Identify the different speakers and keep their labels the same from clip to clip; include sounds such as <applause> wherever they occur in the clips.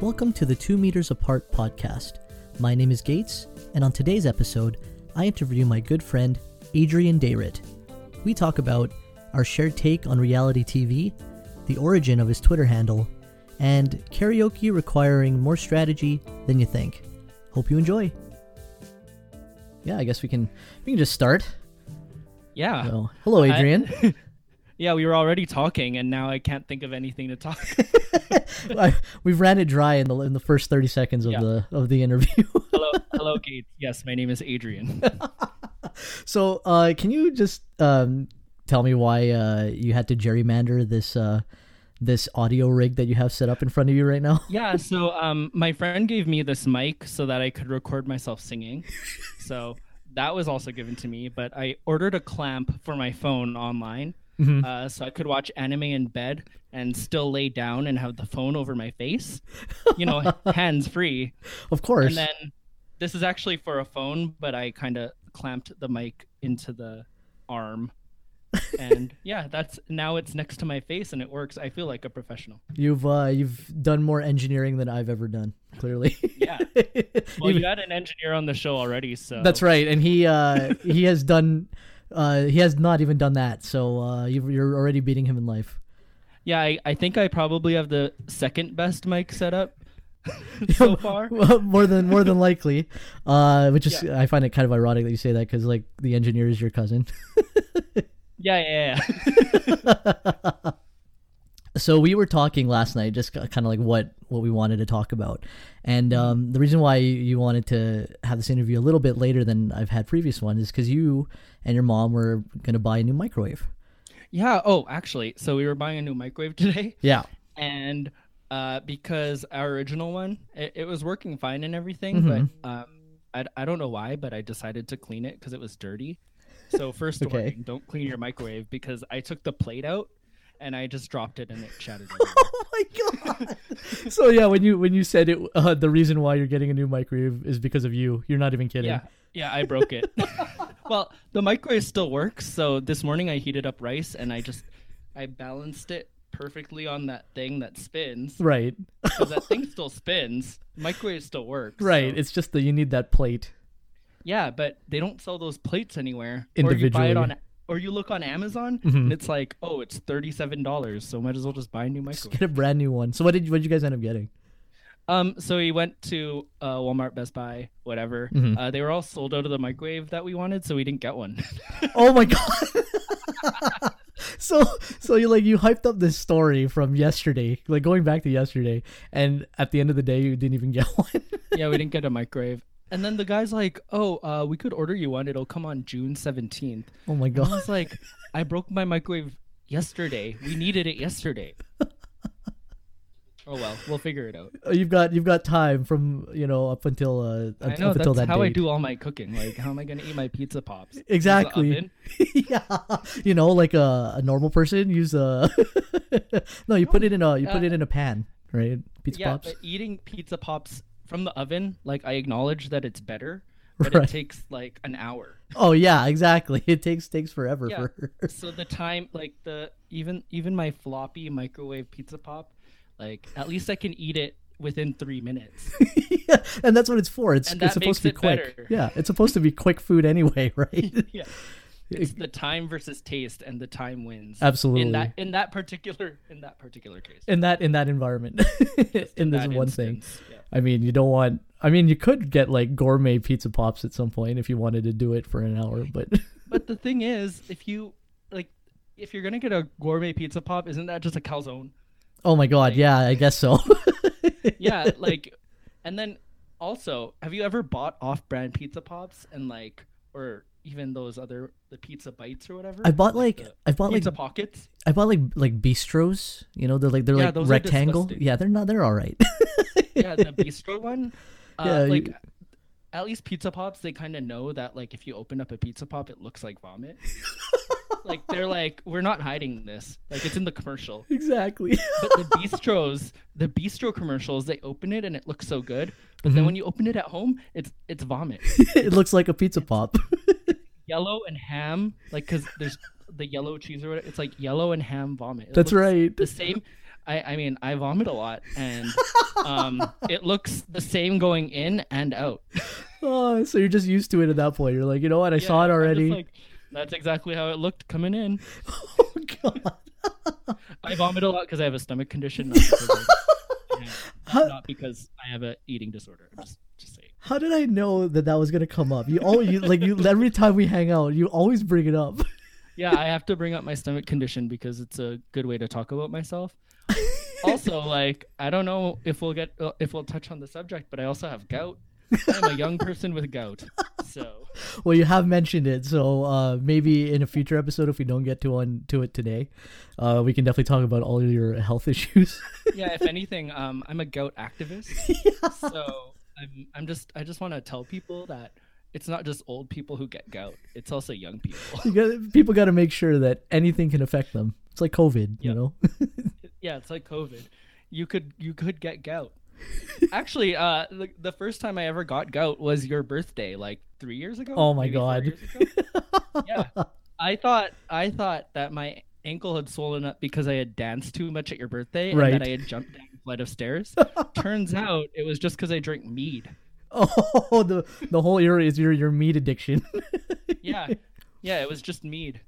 Speaker 1: Welcome to the Two Meters Apart podcast. My name is Gates, and on today's episode, I interview my good friend, Adrian Dayrit. We talk about our shared take on reality TV, the origin of his Twitter handle, and karaoke requiring more strategy than you think. Hope you enjoy. Yeah, I guess we can we can just start.
Speaker 2: Yeah.
Speaker 1: So, hello,
Speaker 2: I-
Speaker 1: Adrian.
Speaker 2: Yeah, we were already talking and now I can't think of anything to talk.
Speaker 1: I- We've ran it dry in the in the first thirty seconds of
Speaker 2: Yeah.
Speaker 1: the of the interview. <laughs>
Speaker 2: hello, hello Gates. Yes, my name is Adrian.
Speaker 1: so, uh, can you just um, tell me why uh, you had to gerrymander this uh, this audio rig that you have set up in front of you right now? <laughs>
Speaker 2: yeah, so um my friend gave me this mic so that I could record myself singing. So that was also given to me, but I ordered a clamp for my phone online.
Speaker 1: Mhm.
Speaker 2: Uh, so I could watch anime in bed and still lay down and have the phone over my face, you know, hands free.
Speaker 1: Of course.
Speaker 2: And then this is actually for a phone, but I kind of clamped the mic into the arm.
Speaker 1: <laughs>
Speaker 2: and yeah, that's now it's next to my face and it works. I feel like a professional.
Speaker 1: You've uh, you've done more engineering than I've ever done. Clearly. <laughs>
Speaker 2: Yeah. Well,
Speaker 1: Even-
Speaker 2: you had an engineer on the show already, so
Speaker 1: That's right, and he uh, he has done uh, he has not even done that. So uh, you've, you're already beating him in life. <laughs>
Speaker 2: Yeah, I, I think I probably have the second best mic setup <laughs>
Speaker 1: <laughs>
Speaker 2: so far.
Speaker 1: Well, more than more than likely, uh, which is I find it kind of ironic that you say that because like the engineer is your cousin. <laughs>
Speaker 2: Yeah, yeah, yeah. <laughs>
Speaker 1: so we were talking last night just kind of like what what we wanted to talk about and um, the reason why you wanted to have this interview a little bit later than i've had previous ones is because you and your mom were going to buy a new microwave
Speaker 2: yeah. Oh, actually, so we were buying a new microwave today.
Speaker 1: yeah
Speaker 2: and uh, because our original one it, it was working fine and everything
Speaker 1: Mm-hmm.
Speaker 2: but um, I, I don't know why but i decided to clean it because it was dirty
Speaker 1: <laughs>
Speaker 2: so first
Speaker 1: Okay.
Speaker 2: warning don't clean your microwave because i took the plate out and i just dropped it and it
Speaker 1: <laughs>
Speaker 2: shattered
Speaker 1: <laughs> oh my god <laughs> so yeah when you when you said it uh, the reason why you're getting a new microwave is because of you you're not even kidding
Speaker 2: yeah yeah i broke it <laughs> well the microwave still works so this morning i heated up rice and i just i balanced it perfectly on that thing that spins
Speaker 1: right
Speaker 2: because that
Speaker 1: <laughs>
Speaker 2: thing still spins microwave still works
Speaker 1: right
Speaker 2: so-
Speaker 1: it's just that you need that plate
Speaker 2: Yeah, but they don't sell those plates anywhere. Or you buy it
Speaker 1: Individually. Mm-hmm.
Speaker 2: on or you look on Amazon and it's like, oh, it's thirty seven dollars, so might as well just buy a new
Speaker 1: just
Speaker 2: microwave.
Speaker 1: get a brand new one so what did, what did you guys end up getting
Speaker 2: Um, so we went to uh, Walmart, Best Buy, whatever.
Speaker 1: Mm-hmm.
Speaker 2: Uh, they were all sold out of the microwave that we wanted, so we didn't get one. <laughs>
Speaker 1: Oh my god. <laughs> so so you like you hyped up this story from yesterday, like going back to yesterday, and at the end of the day you didn't even get <laughs> one.
Speaker 2: yeah, we didn't get a microwave. And then the guy's like, oh, uh, we could order you one. It'll come on June seventeenth.
Speaker 1: oh my
Speaker 2: I
Speaker 1: god. <laughs>
Speaker 2: was like, I broke my microwave yesterday. We needed it
Speaker 1: <laughs>
Speaker 2: yesterday. Oh well, we'll figure it out.
Speaker 1: You've got you've got time from, you know, up until uh
Speaker 2: I
Speaker 1: up,
Speaker 2: know
Speaker 1: up
Speaker 2: that's
Speaker 1: until that
Speaker 2: how I
Speaker 1: date.
Speaker 2: do all my cooking. Like, how am I gonna eat my pizza pops? Use the
Speaker 1: Exactly.
Speaker 2: oven?
Speaker 1: <laughs> yeah. You know, like uh, a, a normal person use a <laughs> No, you put it in a you put
Speaker 2: Uh,
Speaker 1: it in a pan, right? Pizza
Speaker 2: Yeah,
Speaker 1: pops.
Speaker 2: but eating pizza pops from the oven, like I acknowledge that it's better, but
Speaker 1: Right.
Speaker 2: it takes like an hour.
Speaker 1: Oh yeah, exactly. It takes takes forever
Speaker 2: Yeah.
Speaker 1: for
Speaker 2: So the time, like the even even my floppy microwave pizza pop, like at least I can eat it within three minutes.
Speaker 1: <laughs>
Speaker 2: <laughs>
Speaker 1: yeah, and that's what it's for. It's,
Speaker 2: And
Speaker 1: it's
Speaker 2: that
Speaker 1: supposed
Speaker 2: makes
Speaker 1: to be
Speaker 2: it
Speaker 1: quick.
Speaker 2: better.
Speaker 1: Yeah, it's supposed to be quick food anyway, <laughs> right?
Speaker 2: yeah, it's the time versus taste, and the time wins.
Speaker 1: Absolutely.
Speaker 2: In that in that particular in that particular case.
Speaker 1: in that in that environment, <laughs> in this
Speaker 2: that
Speaker 1: one thing.
Speaker 2: instance, yeah.
Speaker 1: I mean, you don't want. I mean, you could get like gourmet pizza pops at some point if you wanted to do it for an hour, but <laughs>
Speaker 2: But the thing is, if you like, if you're gonna get a gourmet pizza pop, isn't that just a calzone?
Speaker 1: oh my god, yeah, I guess so.
Speaker 2: <laughs> Yeah, like, and then also, have you ever bought off-brand pizza pops and like, or even those other the pizza bites or whatever?
Speaker 1: <laughs> I bought like
Speaker 2: the
Speaker 1: I bought like
Speaker 2: pizza pockets.
Speaker 1: I bought like like bistros. You know, they're like they're
Speaker 2: Yeah,
Speaker 1: like
Speaker 2: those are
Speaker 1: rectangle.
Speaker 2: disgusting.
Speaker 1: Yeah, they're not. They're all right. <laughs>
Speaker 2: Yeah, the bistro one. Uh,
Speaker 1: Yeah, you-
Speaker 2: like. At least pizza pops, they kind of know that like if you open up a pizza pop, it looks
Speaker 1: <laughs>
Speaker 2: like vomit. like they're like, we're not hiding this. Like it's in the commercial.
Speaker 1: <laughs> exactly.
Speaker 2: but the bistros, the bistro commercials, they open it and it looks so
Speaker 1: Mm-hmm.
Speaker 2: good. But then when you open it at home, it's it's vomit.
Speaker 1: it looks like a pizza pop.
Speaker 2: yellow and ham, like because there's the yellow cheese or whatever. It's like yellow and ham vomit. It
Speaker 1: That's
Speaker 2: looks
Speaker 1: <laughs> right.
Speaker 2: The same. I, I mean, I vomit a lot, and
Speaker 1: <laughs>
Speaker 2: um, it looks the same going in and out.
Speaker 1: Oh, so you're just used to it at that point. You're like, you know what? I saw it
Speaker 2: Yeah, I'm just
Speaker 1: already.
Speaker 2: like, That's exactly how it looked coming in.
Speaker 1: <laughs> oh god.
Speaker 2: I vomit a lot because I have a stomach condition, not because,
Speaker 1: <laughs>
Speaker 2: I, yeah,
Speaker 1: How,
Speaker 2: not because I have a eating disorder. I'm just, just saying.
Speaker 1: how did I know that that was gonna come up? You always you, like you every time we hang out, you always bring it up. <laughs>
Speaker 2: Yeah, I have to bring up my stomach condition because it's a good way to talk about myself. also, like I don't know if we'll get uh, if we'll touch on the subject, but I also have gout. I'm a young person with gout, so
Speaker 1: Well, you have mentioned it, so uh, maybe in a future episode, if we don't get to on to it today, uh, we can definitely talk about all your health <laughs> issues.
Speaker 2: yeah. If anything, um, I'm a gout activist. So I'm I'm just I just want to tell people that it's not just old people who get gout; it's also young people.
Speaker 1: You gotta- people got to make sure that anything can affect them. It's like COVID, you
Speaker 2: Yep.
Speaker 1: know. <laughs>
Speaker 2: Yeah, it's like COVID. You could you could
Speaker 1: <laughs>
Speaker 2: get gout. Actually, uh, the, the first time I ever got gout was your birthday, like three years ago.
Speaker 1: Oh my
Speaker 2: maybe four
Speaker 1: God.
Speaker 2: years ago. yeah, I thought I thought that my ankle had swollen up because I had danced too much at your birthday and
Speaker 1: Right.
Speaker 2: that I had jumped down a flight
Speaker 1: <laughs>
Speaker 2: of stairs. Turns out it was just because I drank mead.
Speaker 1: Oh, the the whole area is your your meat addiction. <laughs>
Speaker 2: Yeah, yeah, it was just mead.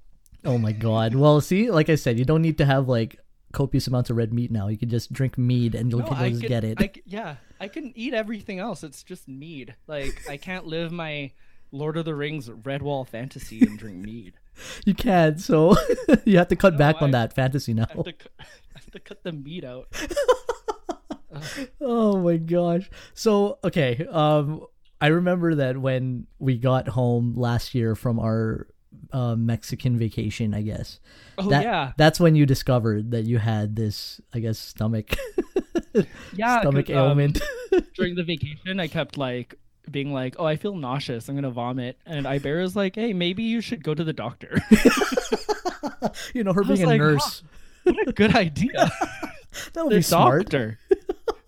Speaker 1: Oh my god. Well, see, like I said, you don't need to have like copious amounts of red meat now. You can just drink mead and you'll,
Speaker 2: No,
Speaker 1: you'll
Speaker 2: I
Speaker 1: just
Speaker 2: could-
Speaker 1: get it.
Speaker 2: I c- yeah, I can eat everything else. It's just mead. Like I can't live my Lord of the Rings Redwall fantasy and
Speaker 1: <laughs>
Speaker 2: drink mead.
Speaker 1: You can't, so <laughs> you have to cut
Speaker 2: No,
Speaker 1: back on
Speaker 2: I-
Speaker 1: that fantasy now.
Speaker 2: I have to, cu- I have to cut the meat out.
Speaker 1: <laughs> Oh my gosh. So, okay, um I remember that when we got home last year from our uh, Mexican vacation, I guess.
Speaker 2: Oh
Speaker 1: that,
Speaker 2: yeah,
Speaker 1: That's when you discovered that you had this, I guess, stomach <laughs>
Speaker 2: yeah. 'cause,
Speaker 1: stomach
Speaker 2: um,
Speaker 1: ailment. <laughs>
Speaker 2: during the vacation, I kept like being like, "Oh, I feel nauseous. I'm gonna vomit." And Ibera's like, "Hey, maybe you should go to the doctor." <laughs>
Speaker 1: you know, her
Speaker 2: was
Speaker 1: being a
Speaker 2: like, huh,
Speaker 1: nurse.
Speaker 2: what a good
Speaker 1: <laughs>
Speaker 2: idea.
Speaker 1: that would
Speaker 2: the
Speaker 1: be smart. <laughs>
Speaker 2: doctor.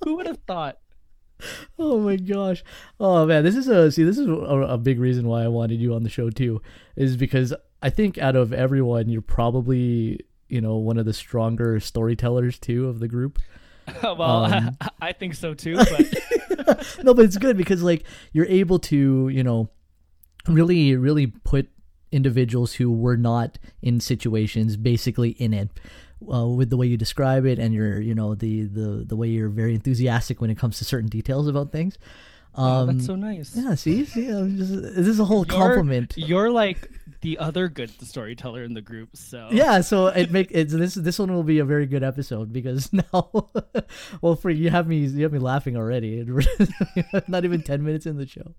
Speaker 2: Who would have thought? <laughs>
Speaker 1: Oh my gosh. Oh man, this is a see. This is a, a big reason why I wanted you on the show too, is because I think out of everyone, you're probably you know one of the stronger storytellers too of the group. <laughs>
Speaker 2: well,
Speaker 1: Um.
Speaker 2: I, <laughs> I think so too. But
Speaker 1: no, but it's good because like you're able to you know really really put individuals who were not in situations basically in it uh, with the way you describe it and your you know the the the way you're very enthusiastic when it comes to certain details about things. <laughs>
Speaker 2: oh,
Speaker 1: Um,
Speaker 2: <laughs> that's so nice.
Speaker 1: Yeah, see, see, I'm just, this is a whole
Speaker 2: You're-
Speaker 1: compliment.
Speaker 2: <laughs> You're like the other good storyteller in the group, so
Speaker 1: Yeah, so it make it's this this one will be a very good episode because <laughs> now, well, for you have me you have me laughing already. <laughs> and we're Not even ten minutes in the show.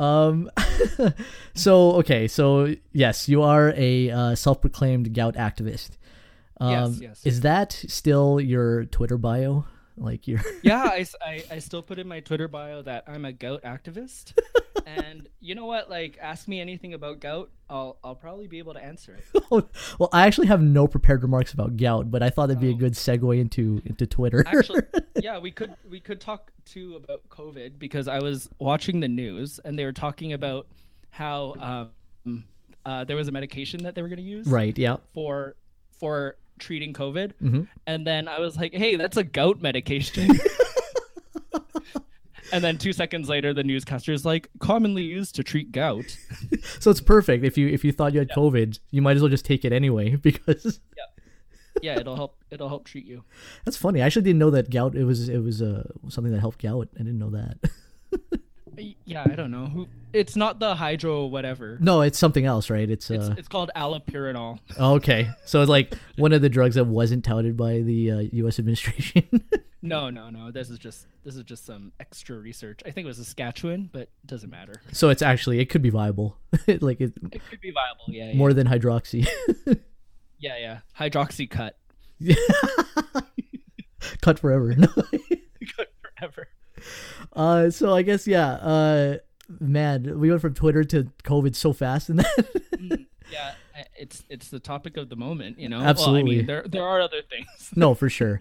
Speaker 1: Um, <laughs> so okay, so yes, you are a uh, self-proclaimed gout activist. Um,
Speaker 2: Yes, yes.
Speaker 1: Is that still your Twitter bio? Like your
Speaker 2: <laughs>
Speaker 1: <laughs>
Speaker 2: yeah. I, s- I- I still put in my Twitter bio that I'm a
Speaker 1: <laughs>
Speaker 2: gout activist, and you know what? Like, ask me anything about gout, I'll I'll probably be able to answer
Speaker 1: <laughs>
Speaker 2: it.
Speaker 1: well, I actually have no prepared remarks about gout, but I thought that'd be a
Speaker 2: Oh.
Speaker 1: good segue into into Twitter.
Speaker 2: Actually, yeah, we could we could talk too about COVID because I was watching the news and they were talking about how um, uh, there was a medication that they were going to
Speaker 1: <laughs>
Speaker 2: use
Speaker 1: right? Yeah.
Speaker 2: for for treating COVID.
Speaker 1: Mhm.
Speaker 2: And then I was like, hey, that's a
Speaker 1: <laughs>
Speaker 2: gout medication. and then two seconds later, the newscaster is like, commonly used to treat gout.
Speaker 1: So it's perfect. If you if you thought you had COVID, you might as well just take it anyway <laughs> because
Speaker 2: Yeah, it'll help. It'll help treat you.
Speaker 1: that's funny. I actually didn't know that gout. It was it was uh, something that helped gout. I didn't know that. <laughs>
Speaker 2: Y- Yeah, I don't know who. It's not the hydro whatever.
Speaker 1: no, it's something else, right? It's,
Speaker 2: It's,
Speaker 1: uh, oh,
Speaker 2: it's called allopurinol.
Speaker 1: okay. So it's like one of the drugs that wasn't touted by the uh, U.S. administration. <laughs>
Speaker 2: No, no, no. This is just this is just some extra research. I think it was Saskatchewan, but it doesn't matter.
Speaker 1: so it's actually it could be viable, <laughs> like it,
Speaker 2: It could be viable. Yeah, yeah,
Speaker 1: more than hydroxy. <laughs>
Speaker 2: yeah, yeah. Hydroxy <laughs> cut
Speaker 1: Cut forever. <laughs> No.
Speaker 2: forever.
Speaker 1: uh, so I guess yeah. Uh, man, we went from Twitter to COVID so fast, and that
Speaker 2: Mm, yeah, yeah, it's it's the topic of the moment, you know. Well, I
Speaker 1: Absolutely.
Speaker 2: mean, there there are other things. <laughs>
Speaker 1: no, for sure.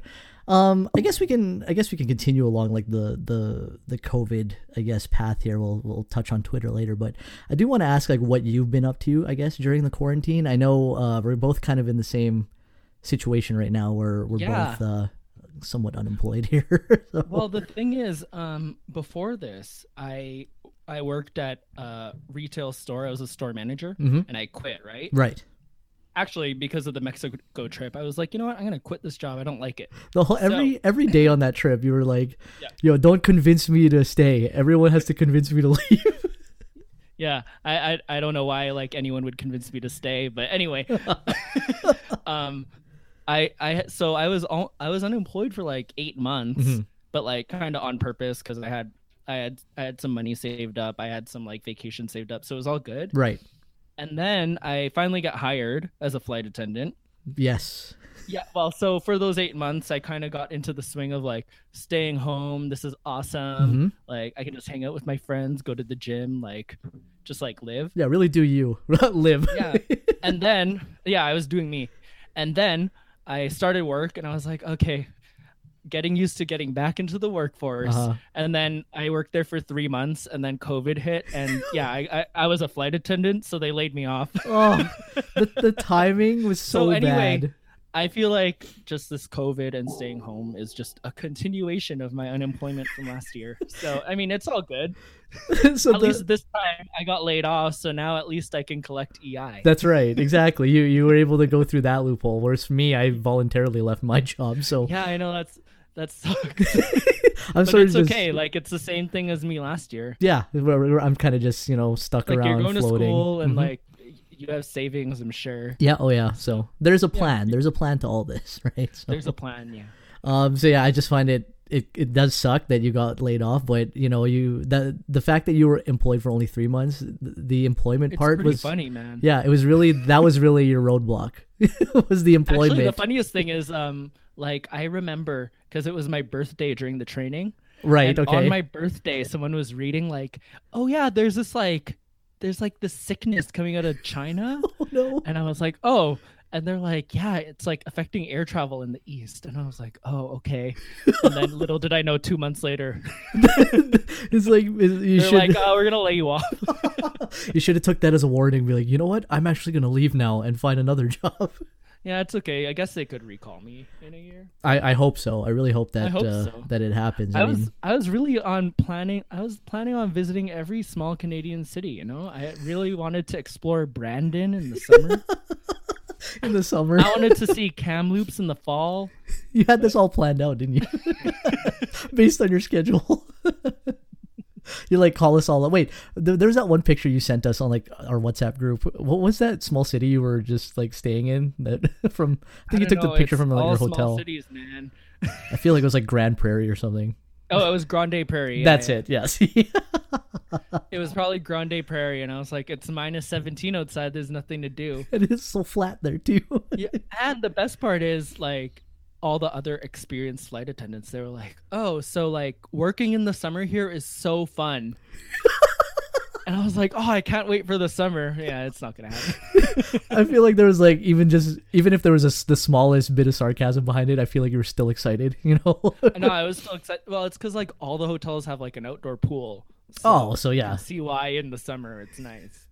Speaker 1: Um, I guess we can. I guess we can continue along like the the the COVID. I guess path here. We'll we'll touch on Twitter later, but I do want to ask like what you've been up to. I guess during the quarantine. I know uh, we're both kind of in the same situation right now, where we're
Speaker 2: Yeah.
Speaker 1: both uh, somewhat unemployed <laughs> here. so,
Speaker 2: Well, the thing is, um, before this, I I worked at a retail store. I was a store manager,
Speaker 1: Mhm.
Speaker 2: and I quit. Right?
Speaker 1: right.
Speaker 2: Actually, because of the Mexico trip, I was like, you know what? I'm gonna quit this job. I don't like it.
Speaker 1: The whole every every day on that trip, you were like,
Speaker 2: Yeah.
Speaker 1: "Yo, don't convince me to stay. Everyone has to convince me to leave." <laughs>
Speaker 2: Yeah, I, I I don't know why like anyone would convince me to stay, but anyway, <laughs> um, I I so I was all, I was unemployed for like eight months,
Speaker 1: Mhm.
Speaker 2: but like kind of on purpose because I had I had I had some money saved up, I had some like vacation saved up, so it was all good.
Speaker 1: right.
Speaker 2: And then I finally got hired as a flight attendant.
Speaker 1: Yes.
Speaker 2: Yeah, well, so for those eight months, I kind of got into the swing of like staying home. This is awesome.
Speaker 1: Mhm.
Speaker 2: Like I can just hang out with my friends, go to the gym, like just like live.
Speaker 1: Yeah. Really. Do you <laughs> live?
Speaker 2: yeah and then yeah i was doing me and then i started work and i was like okay getting used to getting back into the workforce
Speaker 1: Uh-huh.
Speaker 2: and then i worked there for three months and then covid hit
Speaker 1: <laughs>
Speaker 2: and yeah I, I, I was a flight attendant so they laid me off
Speaker 1: oh, the, the timing was so,
Speaker 2: So anyway-
Speaker 1: bad.
Speaker 2: i feel like just this covid and staying home is just a continuation of my unemployment from last year so i mean it's all good
Speaker 1: <laughs> so the-
Speaker 2: at least this time i got laid off so now at least i can collect ei
Speaker 1: that's right, exactly. You you were able to go through that loophole. Whereas for me, I voluntarily left my job, so
Speaker 2: yeah i know that's that sucks
Speaker 1: I'm
Speaker 2: but
Speaker 1: sort
Speaker 2: it's
Speaker 1: of just
Speaker 2: okay. Like it's the same thing as me last year.
Speaker 1: yeah. Where, where I'm kind of just you know stuck
Speaker 2: Like
Speaker 1: around
Speaker 2: you're going
Speaker 1: floating.
Speaker 2: to school and
Speaker 1: Mhm.
Speaker 2: like you have savings. I'm sure
Speaker 1: yeah, oh yeah. So there's a plan. There's a plan to all this, <laughs> right? So,
Speaker 2: there's a plan. Yeah.
Speaker 1: Um, so yeah, I just find it, it it does suck that you got laid off, but you know you the the fact that you were employed for only three months, th- the employment
Speaker 2: It's
Speaker 1: part
Speaker 2: pretty
Speaker 1: was
Speaker 2: funny, man.
Speaker 1: yeah, it was really that was really your roadblock <laughs> was the employment.
Speaker 2: Actually, the funniest thing is, um, like I remember because it was my birthday during the training.
Speaker 1: right?
Speaker 2: and
Speaker 1: Okay.
Speaker 2: On my birthday, someone was reading like, "Oh yeah, there's this like, there's like this sickness coming out of
Speaker 1: <laughs>
Speaker 2: China,"
Speaker 1: <laughs> oh
Speaker 2: <laughs>
Speaker 1: no.
Speaker 2: and I was like, "Oh." And they're like, yeah, it's like affecting air travel in the east. And I was like, oh, okay. And then little did I know two months later,
Speaker 1: it's like is- you
Speaker 2: they're
Speaker 1: should
Speaker 2: <laughs> like, oh, we're going to lay you off.
Speaker 1: <laughs> you should have took that as a warning. Be like, you know what? I'm actually gonna leave now and find another <laughs> job.
Speaker 2: Yeah, it's okay. I guess they could recall me in a year.
Speaker 1: I, I hope so. I really hope that
Speaker 2: hope
Speaker 1: uh,
Speaker 2: so.
Speaker 1: that it happens. I,
Speaker 2: I
Speaker 1: mean,
Speaker 2: was I was really on planning I was planning on visiting every small Canadian city, you know? I really wanted to explore Brandon in
Speaker 1: <laughs>
Speaker 2: the summer.
Speaker 1: in the summer,
Speaker 2: I wanted to see Kamloops in the fall.
Speaker 1: you had this all planned out, didn't you? <laughs> Based on your schedule. <laughs> You like call us all up. Wait, th- there's that one picture you sent us on like our WhatsApp group. What was that small city you were just like staying in? That <laughs> from I think you
Speaker 2: don't
Speaker 1: took
Speaker 2: know,
Speaker 1: the picture
Speaker 2: it's
Speaker 1: from like,
Speaker 2: all
Speaker 1: your
Speaker 2: small
Speaker 1: hotel.
Speaker 2: cities, man.
Speaker 1: I feel like it was like Grand Prairie or something.
Speaker 2: Oh, it was Grande Prairie. yeah,
Speaker 1: That's
Speaker 2: yeah.
Speaker 1: it. Yes. <laughs>
Speaker 2: It was probably Grande Prairie and I was like it's minus 17 outside, there's nothing to do.
Speaker 1: it is so flat there too. <laughs>
Speaker 2: yeah, and the best part is like all the other experienced flight attendants they were like oh so like working in the summer here is so fun and i was like oh i can't wait for the summer yeah it's not gonna happen
Speaker 1: I feel like there was like even just even if there was a s the smallest bit of sarcasm behind it, I feel like you were still excited. <laughs> You know.
Speaker 2: no i was so excited well it's because like all the hotels have like an outdoor pool so
Speaker 1: oh, so
Speaker 2: I
Speaker 1: yeah,
Speaker 2: see why in the summer it's nice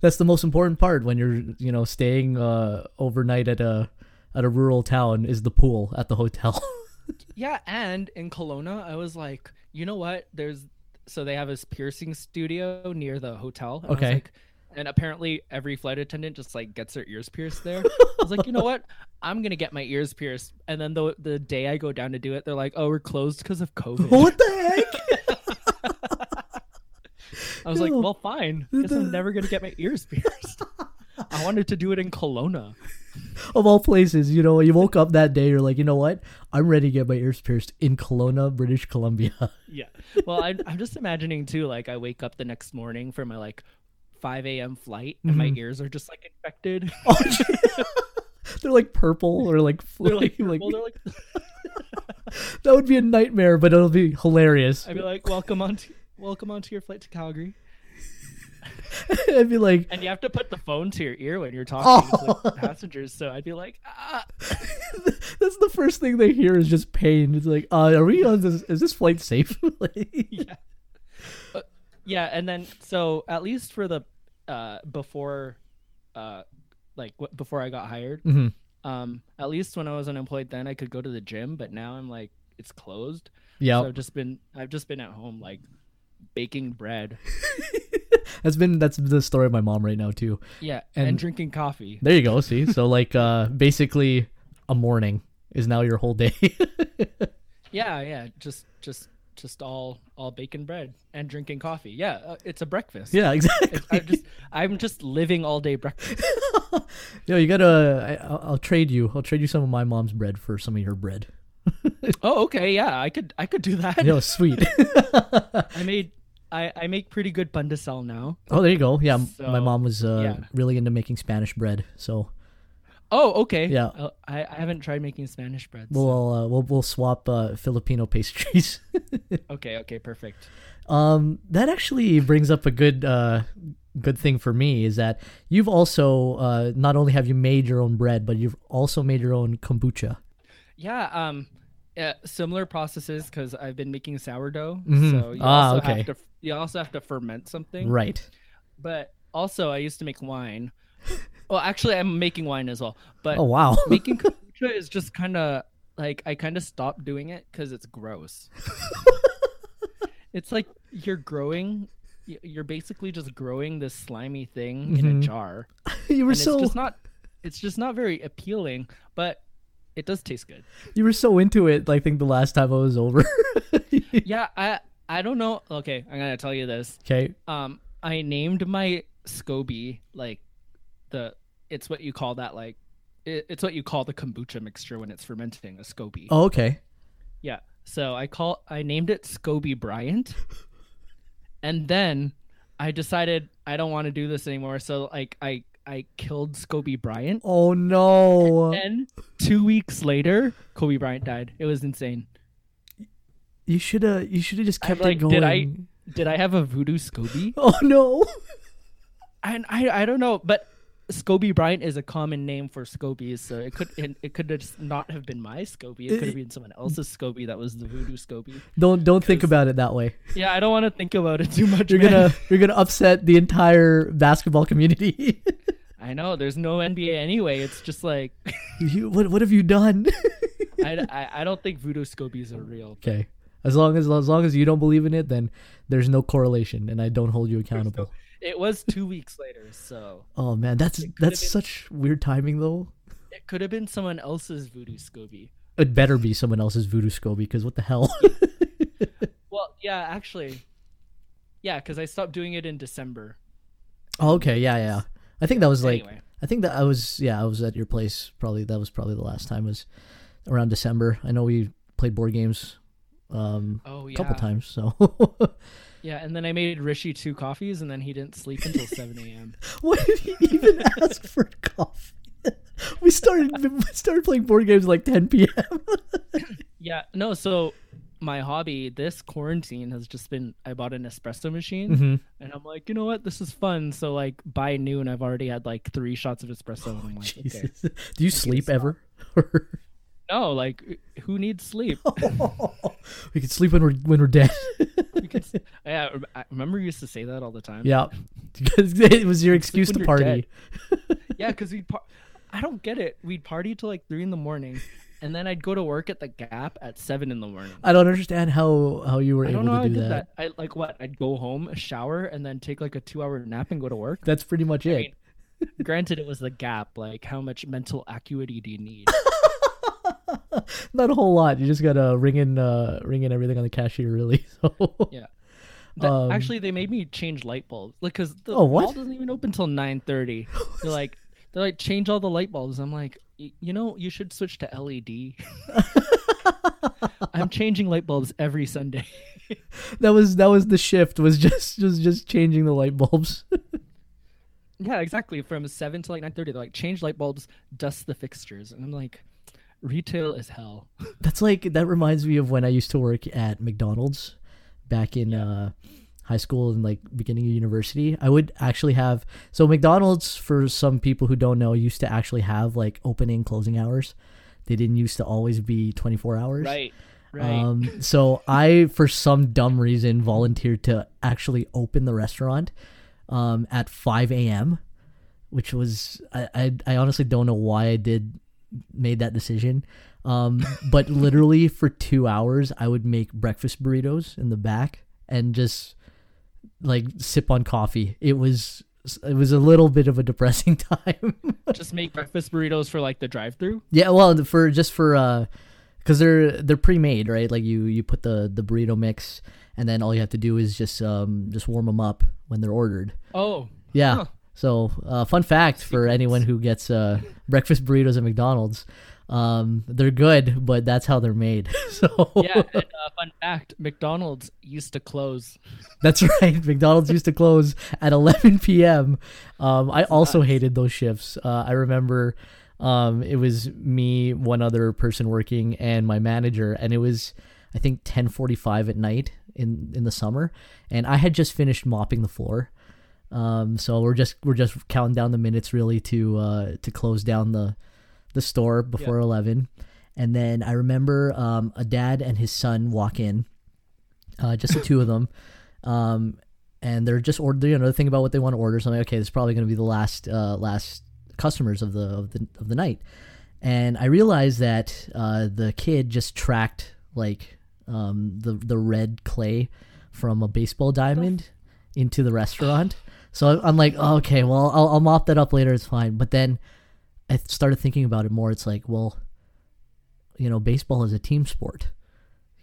Speaker 1: that's the most important part when you're you know staying uh, overnight at a at a rural town is the pool at the hotel. <laughs>
Speaker 2: yeah and in Kelowna, i was like you know what there's so they have this piercing studio near the hotel and I was
Speaker 1: Okay.
Speaker 2: like- and apparently every flight attendant just like gets their ears
Speaker 1: <laughs>
Speaker 2: pierced there i was like you know what i'm gonna get my ears pierced and then the, the day i go down to do it they're like oh we're closed because of covid
Speaker 1: what the heck?
Speaker 2: i was like
Speaker 1: no.
Speaker 2: well fine guess i'm never gonna get my
Speaker 1: <laughs>
Speaker 2: ears <laughs> pierced i wanted to do it in Kelowna.
Speaker 1: of all places, you know, you woke up that day, you're like, you know what? I'm ready to get my ears pierced in Kelowna, British Columbia. <laughs>
Speaker 2: yeah <laughs> well I, i'm just imagining too like i wake up the next morning for my like 5 a.m flight and my ears are just like infected
Speaker 1: Mm-hmm. <laughs> Oh, They're like purple or like,
Speaker 2: <laughs> they're like,
Speaker 1: like
Speaker 2: well, they're like
Speaker 1: that would be a nightmare, but it'll be hilarious.
Speaker 2: I'd be like, welcome on, to, welcome onto your flight to Calgary.
Speaker 1: <laughs> I'd be like,
Speaker 2: and you have to put the phone to your ear when you're talking
Speaker 1: Oh.
Speaker 2: to like, passengers. So I'd be like,
Speaker 1: <laughs>
Speaker 2: ah.
Speaker 1: that's the first thing they hear is just pain. It's like, uh, are we on this? Is this flight safe? <laughs> Like-
Speaker 2: Uh, yeah, and then so at least for the uh, before, uh, like wh- before I got hired,
Speaker 1: Mhm.
Speaker 2: um, at least when I was unemployed, then I could go to the gym. But now I'm like, it's closed.
Speaker 1: Yeah,
Speaker 2: So I've just been I've just been at home like baking bread.
Speaker 1: that's been that's the story of my mom right now too.
Speaker 2: Yeah,
Speaker 1: And-
Speaker 2: and, drinking coffee.
Speaker 1: There you go. See, so like, uh, basically, a morning is now your whole day. <laughs>
Speaker 2: Yeah, yeah, just just just all all bacon bread and drinking coffee. Yeah, uh, it's a breakfast.
Speaker 1: yeah, exactly.
Speaker 2: It's- <laughs> I'm just I'm just living all
Speaker 1: <laughs>
Speaker 2: day breakfast.
Speaker 1: Yo, you gotta. I, I'll, I'll trade you. I'll trade you some of my mom's bread for some of your bread.
Speaker 2: Oh, okay, yeah, I could I could do that.
Speaker 1: Yo,
Speaker 2: <laughs>
Speaker 1: sweet.
Speaker 2: I made I I make pretty good pandesal now.
Speaker 1: oh, there you go. Yeah, m- my
Speaker 2: So,
Speaker 1: mom was uh,
Speaker 2: yeah.
Speaker 1: really into making Spanish bread, so
Speaker 2: Oh, okay.
Speaker 1: Yeah.
Speaker 2: Uh, I I haven't tried making Spanish bread. so-
Speaker 1: we'll uh, we'll we'll swap uh, Filipino pastries. <laughs>
Speaker 2: Okay, okay, perfect.
Speaker 1: Um, that actually brings up a good uh, good thing for me is that you've also uh, not only have you made your own bread, but you've also made your own kombucha.
Speaker 2: Yeah, um yeah, similar processes cuz I've been making sourdough.
Speaker 1: Mhm.
Speaker 2: So you
Speaker 1: Ah,
Speaker 2: also
Speaker 1: okay.
Speaker 2: have to you also have to ferment something.
Speaker 1: Right.
Speaker 2: But also I used to make wine. well, actually I'm making wine as well. But
Speaker 1: Oh wow.
Speaker 2: making kombucha is just kind of like I kind of stopped doing it cuz it's gross. it's like you're growing y- you're basically just growing this slimy thing in
Speaker 1: Mhm.
Speaker 2: a jar.
Speaker 1: <laughs> you were
Speaker 2: and
Speaker 1: so
Speaker 2: it's just not it's just not very appealing, but it does taste good.
Speaker 1: you were so into it. I think the last time I was over. <laughs>
Speaker 2: Yeah, I I don't know. Okay, I'm gonna tell you this.
Speaker 1: okay.
Speaker 2: Um, I named my SCOBY like the it's what you call that like it, it's what you call the kombucha mixture when it's fermenting a SCOBY.
Speaker 1: Oh, okay.
Speaker 2: Yeah. So I call I named it SCOBY Bryant, and then I decided I don't want to do this anymore. So like I I killed SCOBY Bryant.
Speaker 1: Oh no.
Speaker 2: <laughs> Then two weeks later, Kobe Bryant died. It was insane.
Speaker 1: You should have. You should have just
Speaker 2: I'm
Speaker 1: kept it
Speaker 2: like,
Speaker 1: going.
Speaker 2: did I- Did I have a voodoo SCOBY?
Speaker 1: Oh no.
Speaker 2: and I I don't know, but Scobie Bryant is a common name for scobies, so it could it, it could have just not have been my Scobie. It could have been someone else's Scobie that was the voodoo Scobie.
Speaker 1: <laughs> Don't don't think
Speaker 2: 'Cause-
Speaker 1: about it that way.
Speaker 2: <laughs> Yeah, I don't want to think about it too
Speaker 1: <laughs>
Speaker 2: much.
Speaker 1: You're
Speaker 2: man.
Speaker 1: <laughs> gonna you're gonna upset the entire basketball community.
Speaker 2: <laughs>
Speaker 1: <laughs>
Speaker 2: I know there's no NBA anyway. It's just like <laughs>
Speaker 1: you, what what have you done? <laughs>
Speaker 2: I, I, I don't think voodoo Scobies are real.
Speaker 1: Okay. As long as as long as you don't believe in it, then there's no correlation, and I don't hold you accountable.
Speaker 2: It was two weeks later, so
Speaker 1: Oh man, that's that's
Speaker 2: been-
Speaker 1: such weird timing though.
Speaker 2: it could have been someone else's voodoo Scobie.
Speaker 1: It better be someone else's voodoo scoby, because what the
Speaker 2: <laughs>
Speaker 1: hell? <laughs>
Speaker 2: Well, yeah, actually, yeah, because I stopped doing it in December.
Speaker 1: oh, okay, yeah, yeah. I think that was like
Speaker 2: anyway,
Speaker 1: I think that I was yeah I was at your place probably that was probably the last time was around December. I know we played board games um,
Speaker 2: oh
Speaker 1: a
Speaker 2: yeah,
Speaker 1: couple times, so <laughs>
Speaker 2: Yeah, and then I made Rishi two coffees, and then he didn't
Speaker 1: <laughs>
Speaker 2: sleep until 7 a.m.
Speaker 1: What did he
Speaker 2: <laughs>
Speaker 1: even ask for coffee? <laughs> we started we started playing board games at like 10 p.m.
Speaker 2: Yeah, no, so my hobby this quarantine has just been I bought an espresso machine,
Speaker 1: Mm-hmm.
Speaker 2: and I'm like, you know what, this is fun. So, like, by noon, I've already had like three shots of espresso. and
Speaker 1: <laughs>
Speaker 2: I'm like, okay.
Speaker 1: Oh, Jesus. Do you sleep
Speaker 2: stop.
Speaker 1: ever? <laughs>
Speaker 2: No, like, who
Speaker 1: <laughs>
Speaker 2: needs sleep?
Speaker 1: we could sleep when we're when we're dead. <laughs>
Speaker 2: Because, yeah, I remember you used to say that all the time.
Speaker 1: yeah, because it was
Speaker 2: <laughs>
Speaker 1: your excuse
Speaker 2: when
Speaker 1: to
Speaker 2: you're
Speaker 1: party.
Speaker 2: yeah, because we, par- I don't get it. We'd party till like three in the morning, and then I'd go to work at the Gap at seven in the morning.
Speaker 1: I don't understand how how you were
Speaker 2: I
Speaker 1: able
Speaker 2: don't know
Speaker 1: to
Speaker 2: how
Speaker 1: do
Speaker 2: I did
Speaker 1: that.
Speaker 2: that. I like what? I'd go home, shower, and then take like a two-hour nap and go to
Speaker 1: <laughs>
Speaker 2: work.
Speaker 1: That's pretty much it.
Speaker 2: mean- Granted, it was the gap. Like, how much mental acuity do you need?
Speaker 1: <laughs> Not a whole lot. You just gotta ring in uh, ring in everything on the cashier, really. <laughs> So
Speaker 2: Yeah. That-
Speaker 1: Um,
Speaker 2: actually, they made me change light bulbs. Like, cause the
Speaker 1: Oh, what?
Speaker 2: mall doesn't even open till nine thirty. They're like, they're like, change all the light bulbs. I'm like, "Y- you know, you should switch to
Speaker 1: <laughs>
Speaker 2: LED. I'm changing light bulbs every Sunday. <laughs>
Speaker 1: that was that was the shift. Was just just just changing the light bulbs. <laughs>
Speaker 2: Yeah, exactly. From seven to like nine thirty, they're like, change light bulbs, dust the fixtures, and I'm like, retail is hell. <laughs>
Speaker 1: That's like that reminds me of when I used to work at McDonald's back in uh high school and like beginning of university, I would actually have so McDonald's for some people who don't know used to actually have like opening and closing hours. They didn't used to always be 24 hours.
Speaker 2: Right. Right.
Speaker 1: Um, so I, for some dumb reason, volunteered to actually open the restaurant um, at 5 a.m., which was I, I I honestly don't know why I did made that decision. Um, <laughs> but literally for two hours, I would make breakfast burritos in the back and just like sip on coffee. It was it was a little bit of a depressing <laughs> time.
Speaker 2: Just make breakfast burritos for like the drive-through.
Speaker 1: Yeah, well, for just for uh, because they're they're pre-made, right? Like you you put the the burrito mix, and then all you have to do is just um just warm them up when they're ordered.
Speaker 2: Oh.
Speaker 1: Yeah.
Speaker 2: Huh.
Speaker 1: So, uh, fun fact for anyone who gets uh breakfast burritos at McDonald's, um, they're good, but that's how they're made. <laughs> So
Speaker 2: Yeah. And, uh, fun fact: McDonald's used to close.
Speaker 1: That's <laughs> right. McDonald's used to close at 11 p.m. Um, I also hated those shifts. Uh, I remember um, it was me, one other person working, and my manager, and it was I think 10:45 at night in in the summer, and I had just finished mopping the floor. Um, so we're just we're just counting down the minutes really to uh, to close down the the store before 11. And then I remember um, a dad and his son walk in, uh, just the two of them, um, and they're just order. You know, they're thinking about what they want to order. So I'm like, okay, this is probably going to be the last uh, last customers of the of the of the night. And I realized that uh, the kid just tracked like um, the the red clay from a baseball diamond into the restaurant. So I'm- I'm like, oh, okay, well, I'll, I'll mop that up later. It's fine. But then I started thinking about it more. It's like, well, you know, baseball is a team sport.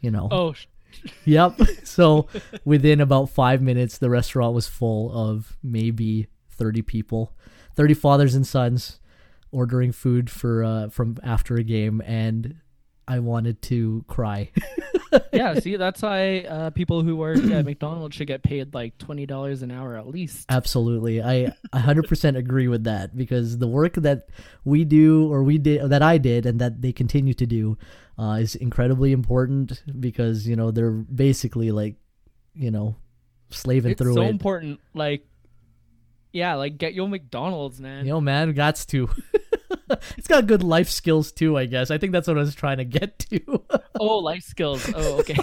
Speaker 1: You know,
Speaker 2: Oh. sh- <laughs>
Speaker 1: Yep. So within about five minutes, the restaurant was full of maybe thirty people, thirty fathers and sons, ordering food for uh, from after a game, and I wanted to
Speaker 2: <laughs>
Speaker 1: cry.
Speaker 2: Yeah. See, that's why uh, people who work <coughs> at McDonald's should get paid like twenty dollars an hour at least.
Speaker 1: Absolutely, I a hundred percent agree with that because the work that we do, or we did, that I did, and that they continue to do, uh, is incredibly important because you know they're basically like, you know, slaving
Speaker 2: It's
Speaker 1: through
Speaker 2: so
Speaker 1: it.
Speaker 2: important. Like, yeah, like get your McDonald's, man.
Speaker 1: Yo, man, gots to. <laughs> it's got good life skills too, I guess. I think that's what I was trying to get to. <laughs>
Speaker 2: Oh, life skills. Oh, okay.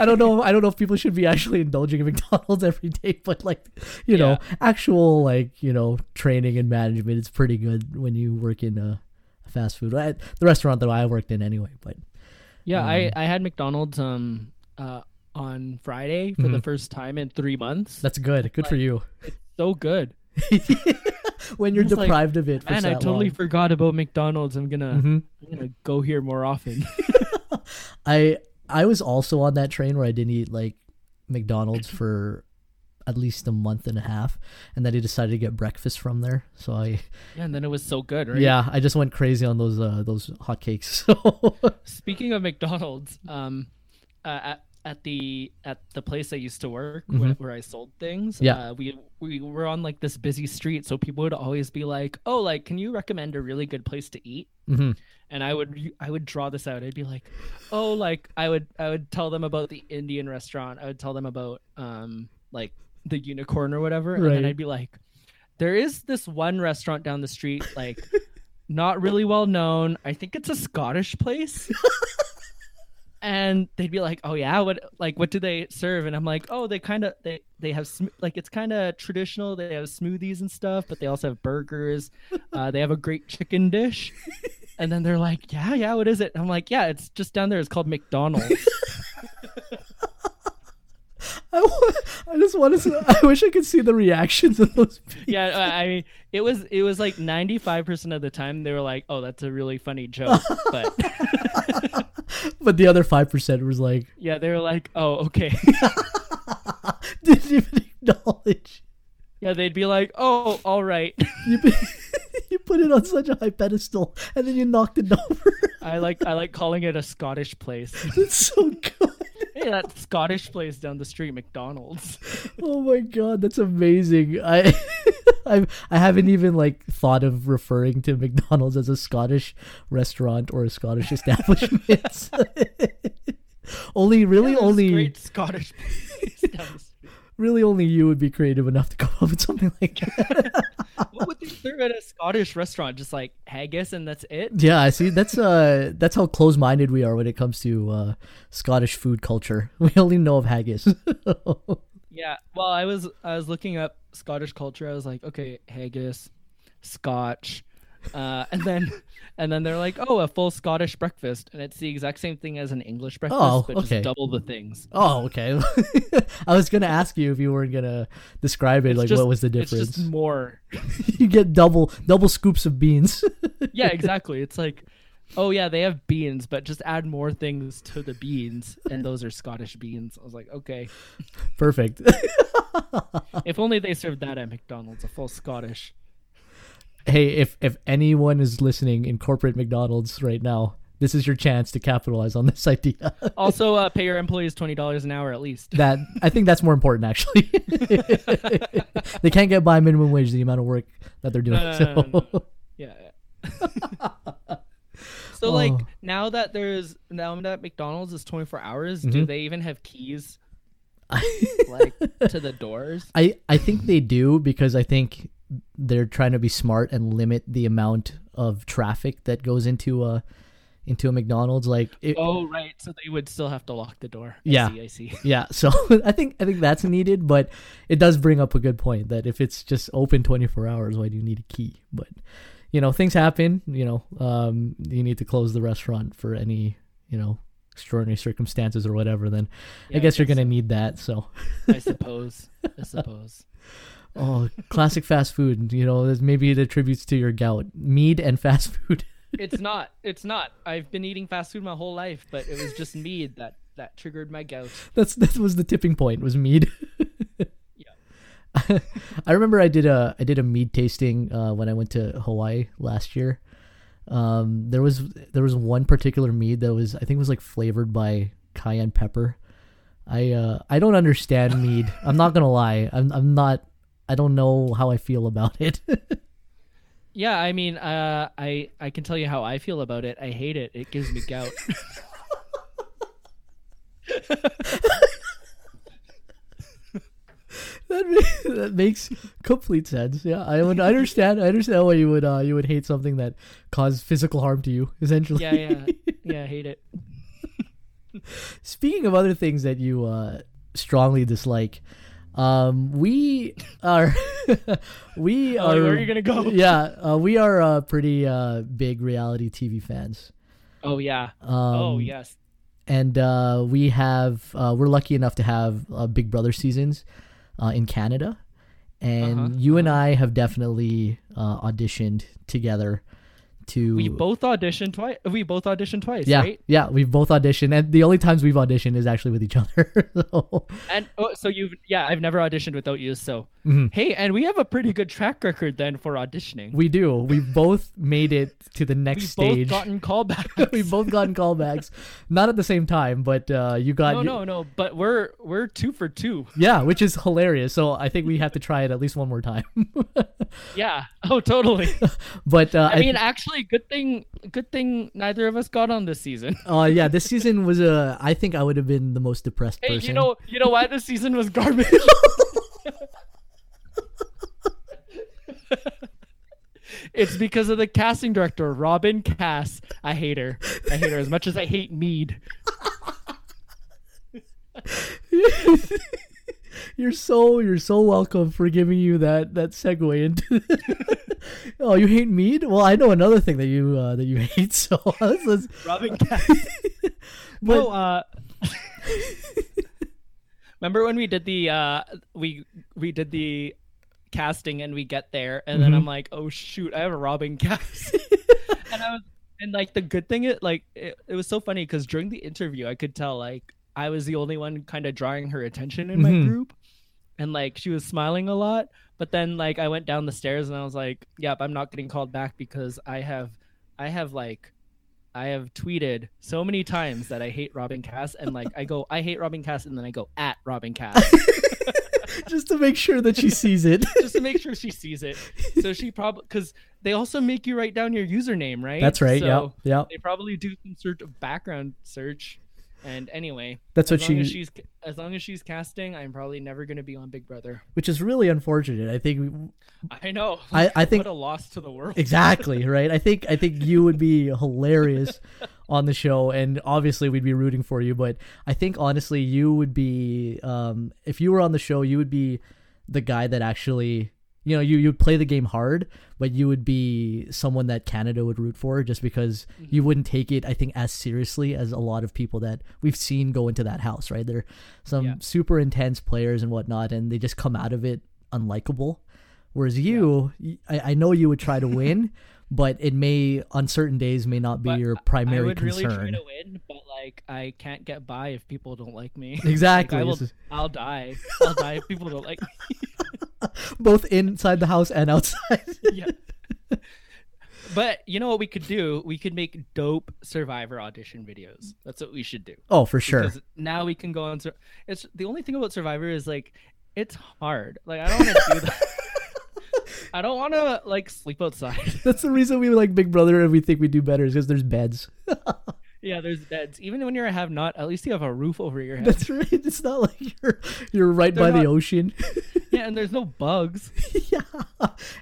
Speaker 1: I don't know. I don't know if people should be actually indulging in <laughs> McDonald's every day, but like, you know, actual like you know training and management is pretty good when you work in a fast food. I, the restaurant that I worked in, anyway. But
Speaker 2: <laughs> Yeah, I,
Speaker 1: Mm-hmm.
Speaker 2: I had McDonald's um uh on Friday for
Speaker 1: Mm-hmm.
Speaker 2: the first time in three months.
Speaker 1: that's good. Good for you.
Speaker 2: so good.
Speaker 1: When you're
Speaker 2: It's like,
Speaker 1: deprived of it for
Speaker 2: Man,
Speaker 1: so
Speaker 2: I totally
Speaker 1: long. Mm-hmm.
Speaker 2: forgot about McDonald's. I'm gonna I'm gonna go here more often.
Speaker 1: I I was also on that train where I didn't eat like McDonald's for at least a month and a half, and then I decided to get breakfast from there. So I
Speaker 2: yeah, and then it was so good, right?
Speaker 1: yeah, I just went crazy on those uh, those hotcakes. <laughs> So
Speaker 2: Speaking of McDonald's, um, uh, at at the at the place I used to work where, where I sold things,
Speaker 1: Mm-hmm. Yeah.
Speaker 2: uh, we we were on like this busy street, so people would always be like, "Oh, like, can you recommend a really good place to eat?"
Speaker 1: Mhm.
Speaker 2: and I would I would draw this out. I'd be like, oh, like I would I would tell them about the Indian restaurant. I would tell them about um like the unicorn or whatever, and
Speaker 1: Right.
Speaker 2: then I'd be like, there is this one restaurant down the street, like not really well known. I think it's a Scottish place. And they'd be like, "Oh yeah, what like what do they serve?" And I'm like, "Oh, they kind of they they have sm- like it's kind of traditional. They have smoothies and stuff, but they also have burgers. Uh, they have a great chicken dish." And then they're like, "Yeah, yeah, what is it?" I'm like, "Yeah, it's just down there. It's called McDonald's."
Speaker 1: I, wa- I just want to. I wish I could see the reactions of those. People.
Speaker 2: yeah, I- I mean, it was it was like 95% of the time they were like, "Oh, that's a really funny joke." But
Speaker 1: But the other five percent was like
Speaker 2: yeah, they were like, "Oh, okay." <laughs>
Speaker 1: didn't even acknowledge.
Speaker 2: Yeah, they'd be like, "Oh, all right." <laughs>
Speaker 1: You put, <laughs> you put it on such a high pedestal, and then you knocked it over. <laughs>
Speaker 2: I like I like calling it a Scottish place. <laughs>
Speaker 1: That's so good.
Speaker 2: hey, that Scottish place down the street, McDonald's.
Speaker 1: Oh my god, that's amazing. I <laughs> I I haven't even like thought of referring to McDonald's as a Scottish restaurant or a
Speaker 2: <laughs>
Speaker 1: Scottish establishment. only really <laughs>
Speaker 2: This
Speaker 1: only
Speaker 2: great Scottish <laughs> place down the street.
Speaker 1: really only you would be creative enough to come up with something like that.
Speaker 2: what would they serve at a Scottish restaurant? Just like haggis and that's it?
Speaker 1: yeah, I see, that's uh, that's how close-minded we are when it comes to uh, Scottish food culture. <laughs> We only know of haggis. <laughs>
Speaker 2: Yeah. Well, I was I was looking up Scottish culture. I was like, okay, haggis, Scotch, uh, and
Speaker 1: <laughs>
Speaker 2: then and then they're like, oh, a full Scottish breakfast, and it's the exact same thing as an English breakfast,
Speaker 1: Oh,
Speaker 2: but
Speaker 1: okay.
Speaker 2: just double the things.
Speaker 1: oh, okay. <laughs> I was gonna ask you if you weren't gonna describe it, like
Speaker 2: Just-
Speaker 1: what was the difference?
Speaker 2: It's just more.
Speaker 1: you get double double scoops of beans. <laughs>
Speaker 2: Yeah, exactly. It's like, oh yeah, they have beans, but just add more things to the beans, and those are Scottish beans. I was like,
Speaker 1: <laughs>
Speaker 2: okay,
Speaker 1: Perfect.
Speaker 2: if only they served that at McDonald's, a full Scottish.
Speaker 1: hey, if if anyone is listening in corporate McDonald's right now, this is your chance to capitalize on this <laughs> idea.
Speaker 2: Also, uh, pay your employees twenty dollars an hour at least.
Speaker 1: that I think that's more important actually. <laughs> they can't get by minimum wage the amount of work that they're doing.
Speaker 2: No,
Speaker 1: so
Speaker 2: no, no, no. Yeah. so like
Speaker 1: Oh.
Speaker 2: now that there's now that McDonald's is 24 hours,
Speaker 1: Mm-hmm.
Speaker 2: do they even have
Speaker 1: <laughs>
Speaker 2: keys like to the doors?
Speaker 1: <laughs> I I think they do because I think they're trying to be smart and limit the amount of traffic that goes into a into a McDonald's like it,
Speaker 2: Oh right, so they would still have to lock the door. I
Speaker 1: Yeah.
Speaker 2: see, I see.
Speaker 1: Yeah, so <laughs> I think I think that's needed, but it does bring up a good point that if it's just open 24 hours, why do you need a key? But you know, things happen. You know, um, you need to close the restaurant for any you know extraordinary circumstances or whatever. Then
Speaker 2: Yeah,
Speaker 1: I guess you're
Speaker 2: guess
Speaker 1: gonna need that. So,
Speaker 2: I suppose. I suppose.
Speaker 1: oh, classic fast food. You know, this- maybe it attributes to your gout, mead and <laughs> fast food.
Speaker 2: It's not. It's not. I've been eating fast food my whole life, but it was just mead that that triggered my gout.
Speaker 1: That's that was the tipping point was mead. <laughs> I remember I did a I did a mead tasting uh, when I went to Hawaii last year. Um, there was there was one particular mead that was I think was like flavored by cayenne pepper. I uh, I don't understand <laughs> mead. I'm not gonna lie. I'm I'm not. I don't know how I feel about it. <laughs>
Speaker 2: Yeah, I mean, uh, I I can tell you how I feel about it. I hate it. It gives me gout.
Speaker 1: that, ma- that makes complete sense. Yeah, I would I understand. I understand why you would uh, you would hate something that caused physical harm to you. Essentially.
Speaker 2: yeah,
Speaker 1: <laughs>
Speaker 2: yeah, yeah. I hate it.
Speaker 1: Speaking of other things that you uh, strongly dislike, um, we are <laughs> we
Speaker 2: Oh,
Speaker 1: are
Speaker 2: where <laughs> are you gonna go?
Speaker 1: Yeah, uh, we are uh, pretty uh, big reality TV fans.
Speaker 2: Oh yeah.
Speaker 1: Um,
Speaker 2: oh yes.
Speaker 1: and uh, we have uh, we're lucky enough to have uh, Big Brother seasons uh, in Canada, and
Speaker 2: Uh-huh,
Speaker 1: you and I have definitely uh, auditioned together to
Speaker 2: We both auditioned twice. We both auditioned twice,
Speaker 1: yeah
Speaker 2: right?
Speaker 1: yeah we've both auditioned and the only times we've auditioned is actually with each other. <laughs> so,
Speaker 2: And oh, so you've yeah, I've never auditioned without you. So
Speaker 1: mhm.
Speaker 2: hey, and we have a pretty good track record then for auditioning.
Speaker 1: We do. We both made it to the next
Speaker 2: We've
Speaker 1: stage.
Speaker 2: both gotten callbacks.
Speaker 1: <laughs> We've both gotten callbacks, not at the same time, but uh, you got
Speaker 2: no, no, no. But we're we're two for two.
Speaker 1: yeah, which is hilarious. So I think we have to try it at least one more time. <laughs>
Speaker 2: Yeah. <laughs> Oh, totally.
Speaker 1: but uh,
Speaker 2: I mean, actually, good thing good thing neither of us got on this season.
Speaker 1: uh, yeah, this season was a. I think I would have been the most depressed
Speaker 2: Hey,
Speaker 1: person.
Speaker 2: you know you know why this season was garbage? it's because of the casting director, Robin Cass. I hate her. I hate her as much as I hate Mead.
Speaker 1: <laughs> you're so you're so welcome for giving you that that segue into. <laughs> oh, you hate mead? Well, I know another thing that you uh, that you hate. <laughs> So let's, let's-
Speaker 2: Robin Cass. no, uh <laughs> Remember when we did the uh we we did the casting and we get there and then I'm like, "Oh shoot, I have a Robin Cass." and I was and like the good thing it like it, it was so funny cuz during the interview I could tell like I was the only one kind of drawing her attention in my
Speaker 1: Mhm.
Speaker 2: group and like she was smiling a lot but then like I went down the stairs and I was like, "Yep, I'm not getting called back because I have I have like I have tweeted so many times that I hate Robin Cass, and like I go, I hate Robin Cass, and then I go at Robin Cass
Speaker 1: just to make sure that she sees it.
Speaker 2: just to make sure she sees it. So she probably because they also make you write down your username, right?
Speaker 1: That's right. yep.
Speaker 2: So
Speaker 1: Yep.
Speaker 2: They probably do some sort of background search. And anyway,
Speaker 1: That's what
Speaker 2: as long
Speaker 1: she,
Speaker 2: as she's as long as she's casting, I'm probably never going to be on Big Brother.
Speaker 1: which is really unfortunate. I think we-
Speaker 2: I know.
Speaker 1: I- I think-
Speaker 2: what a loss to the world. <laughs>
Speaker 1: exactly right. I think I think you would be hilarious on the show, and obviously we'd be rooting for you. But I think honestly, you would be um, if you were on the show, you would be the guy that actually you know you you'd play the game hard, but you would be someone that Canada would root for just because you
Speaker 2: Mm-hmm.
Speaker 1: wouldn't take it. I think as seriously as a lot of people that we've seen go into that house. Right, they're some
Speaker 2: Yeah.
Speaker 1: super intense players and whatnot, and they just come out of it unlikable. Whereas you, y I I I, know you would try to win, <laughs> but it may on certain days may not be
Speaker 2: But
Speaker 1: your
Speaker 2: I
Speaker 1: primary
Speaker 2: would
Speaker 1: concern.
Speaker 2: really try to win, but like I can't get by if people don't like me.
Speaker 1: Exactly.
Speaker 2: Like, I will,
Speaker 1: This is-
Speaker 2: I'll die. I'll die if people don't like me.
Speaker 1: Both inside the house and
Speaker 2: <laughs>
Speaker 1: outside.
Speaker 2: yeah. But you know what we could do? We could make dope Survivor audition videos. That's what we should do.
Speaker 1: oh, for sure.
Speaker 2: Because now we can go on. Sur- It's the only thing about Survivor is like, it's hard. Like I don't want to do that. <laughs> I don't want to like sleep outside.
Speaker 1: <laughs>
Speaker 2: <laughs>
Speaker 1: That's the reason we like Big Brother and we think we do better is because there's beds. <laughs>
Speaker 2: yeah, there's beds. Even when you're a have not, at least you have a roof over your head.
Speaker 1: That's right. It's not like you're you're right
Speaker 2: They're
Speaker 1: by the
Speaker 2: not-
Speaker 1: ocean.
Speaker 2: <laughs>
Speaker 1: <laughs>
Speaker 2: yeah, and there's no bugs.
Speaker 1: yeah.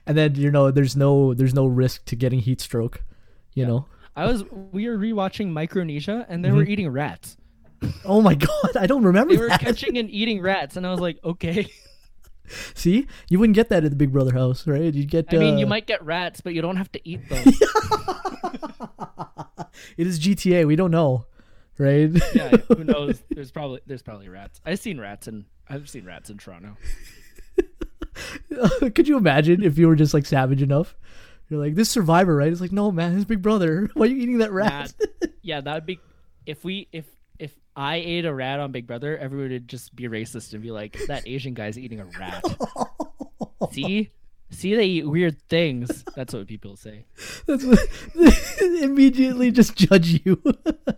Speaker 1: And then you know there's no there's no risk to getting heat stroke. You
Speaker 2: Yeah.
Speaker 1: know.
Speaker 2: I was we were rewatching Micronesia, and they
Speaker 1: Mm-hmm.
Speaker 2: were
Speaker 1: <laughs>
Speaker 2: eating rats.
Speaker 1: Oh my god, I don't remember
Speaker 2: They were
Speaker 1: that.
Speaker 2: catching and eating rats, and I was like, okay.
Speaker 1: See, you wouldn't get that at the Big Brother house, right? You'd get.
Speaker 2: I mean, you
Speaker 1: uh,
Speaker 2: might get rats, but you don't have to eat them.
Speaker 1: it is GTA. We don't know, right?
Speaker 2: yeah, who knows? There's probably there's probably rats. I've seen rats in I've seen rats in Toronto.
Speaker 1: <laughs> Could you imagine if you were just like savage enough? You're like this Survivor, right? It's like, no, man, his Big Brother. <laughs> Why are you eating that <laughs> rat?
Speaker 2: Nah, yeah, that would be if we if if I ate a rat on Big Brother, everyone would just be racist and be like, "That Asian guy's eating a rat." See, see, they eat weird things. That's what people say.
Speaker 1: That's what, <laughs> immediately just judge you. <laughs>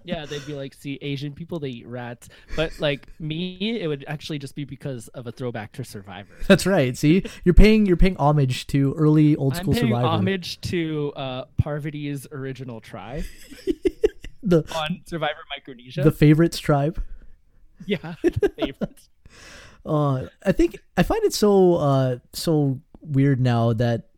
Speaker 2: Yeah, they'd be like, "See, Asian people they eat rats," but like me, it would actually just be because of a throwback to Survivor.
Speaker 1: That's right. See, you're paying you're paying homage to early old
Speaker 2: I'm
Speaker 1: school
Speaker 2: paying
Speaker 1: Survivor.
Speaker 2: homage to uh, Parvati's original tribe
Speaker 1: The
Speaker 2: on Survivor Micronesia.
Speaker 1: the favorites tribe.
Speaker 2: <laughs> Yeah, the favorites.
Speaker 1: Uh, I think I find it so uh, so weird now that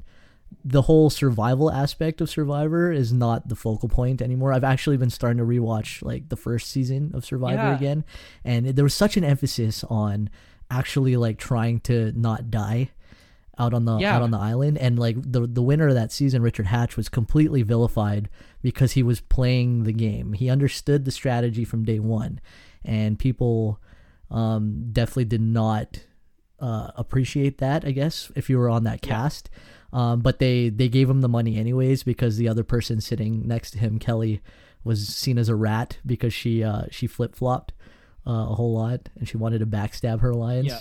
Speaker 1: the whole survival aspect of Survivor is not the focal point anymore. I've actually been starting to rewatch like the first season of Survivor
Speaker 2: Yeah.
Speaker 1: again, and there was such an emphasis on actually like trying to not die out on the
Speaker 2: Yeah.
Speaker 1: out on the island and like the the winner of that season Richard Hatch was completely vilified because he was playing the game. He understood the strategy from day 1 and people um definitely did not uh appreciate that, I guess, if you were on that
Speaker 2: Yeah.
Speaker 1: cast. Um but they they gave him the money anyways because the other person sitting next to him Kelly was seen as a rat because she uh she flip-flopped uh, a whole lot and she wanted to backstab her alliance.
Speaker 2: Yeah.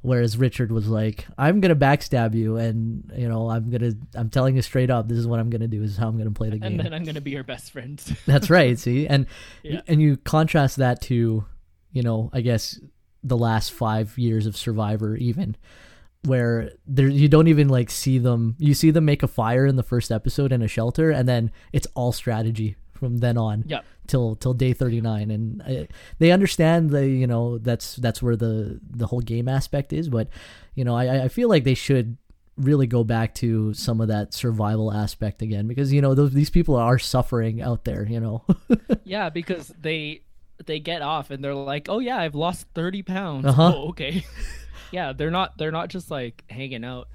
Speaker 1: Whereas Richard was like, "I'm gonna backstab you, and you know, I'm gonna, I'm telling you straight up, this is what I'm gonna do. This is how I'm gonna play the game."
Speaker 2: And then I'm gonna be your best friend.
Speaker 1: <laughs> That's right. See, and
Speaker 2: Yeah.
Speaker 1: and you contrast that to, you know, I guess the last five years of Survivor, even where there you don't even like see them. You see them make a fire in the first episode in a shelter, and then it's all strategy from then on
Speaker 2: Yep.
Speaker 1: till till day 39 and I, they understand the you know that's that's where the the whole game aspect is but you know i i feel like they should really go back to some of that survival aspect again because you know those these people are suffering out there you know
Speaker 2: <laughs>
Speaker 1: <laughs>
Speaker 2: Yeah, because they they get off and they're like, "Oh yeah, I've lost thirty pounds."
Speaker 1: Uh-huh.
Speaker 2: Oh, okay. <laughs> yeah, they're not they're not just like hanging out.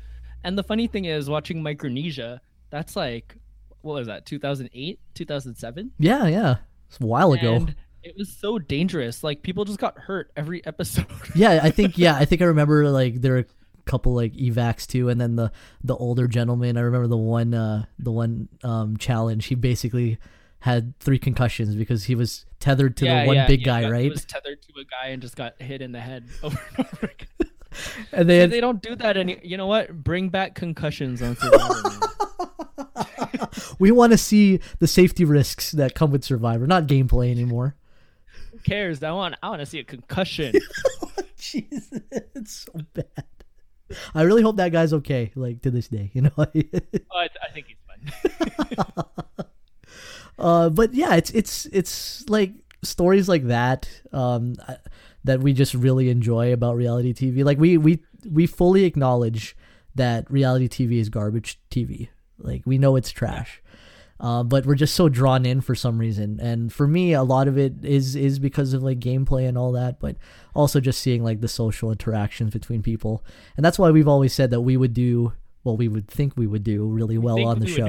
Speaker 2: And the funny thing is, watching Micronesia, that's like, what was that? Two thousand eight, two thousand seven.
Speaker 1: yeah yeah it's a while ago
Speaker 2: And it was so dangerous. Like people just got hurt every <laughs> episode.
Speaker 1: yeah i think yeah i think i remember like there are a couple like evacs too and then the the older gentleman i remember the one uh the one um challenge he basically had three concussions because he was tethered to the one big guy
Speaker 2: got-
Speaker 1: right
Speaker 2: Was tethered to a guy and just got hit in the head <laughs> over and over again.
Speaker 1: and they
Speaker 2: Yeah,
Speaker 1: had,
Speaker 2: <laughs> they don't do that any. You know what? Bring back concussions on Survivor. man.
Speaker 1: We want to see the safety risks that come with Survivor, not gameplay anymore.
Speaker 2: Who cares? I want. I want to see a concussion.
Speaker 1: <laughs> Jesus, it's so bad. I really hope that guy's okay, like to this day, you know. <laughs>
Speaker 2: Oh, I, I think he's fine.
Speaker 1: uh, but yeah, it's it's it's like stories like that um, I- that we just really enjoy about reality TV. Like we we we fully acknowledge that reality TV is garbage TV. Like we know it's trash. Uh, but we're just so drawn in for some reason, and for me, a lot of it is is because of like gameplay and all that, but also just seeing like the social interactions between people, and that's why we've always said that we would do well, we would think we would do really well
Speaker 2: think
Speaker 1: on the
Speaker 2: we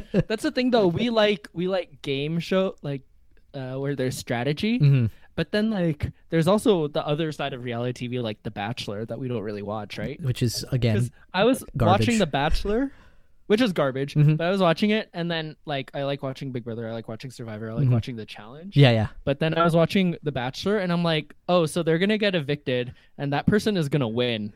Speaker 2: would
Speaker 1: show.
Speaker 2: <laughs>
Speaker 1: <laughs>
Speaker 2: That's the thing though. We like we like game show like uh, where there's strategy,
Speaker 1: hmm
Speaker 2: but then like there's also the other side of reality TV, like The Bachelor, that we don't really watch, right?
Speaker 1: Which
Speaker 2: <laughs>
Speaker 1: is again,
Speaker 2: Because I was
Speaker 1: Garbage.
Speaker 2: watching The Bachelor, which is garbage,
Speaker 1: Mhm.
Speaker 2: but I was watching it, and then like I like watching Big Brother, I like watching Survivor, I like
Speaker 1: Mhm.
Speaker 2: watching The Challenge.
Speaker 1: yeah, yeah,
Speaker 2: But then I was watching The Bachelor, and I'm like, oh, so they're gonna get evicted, and that person is gonna <laughs> win.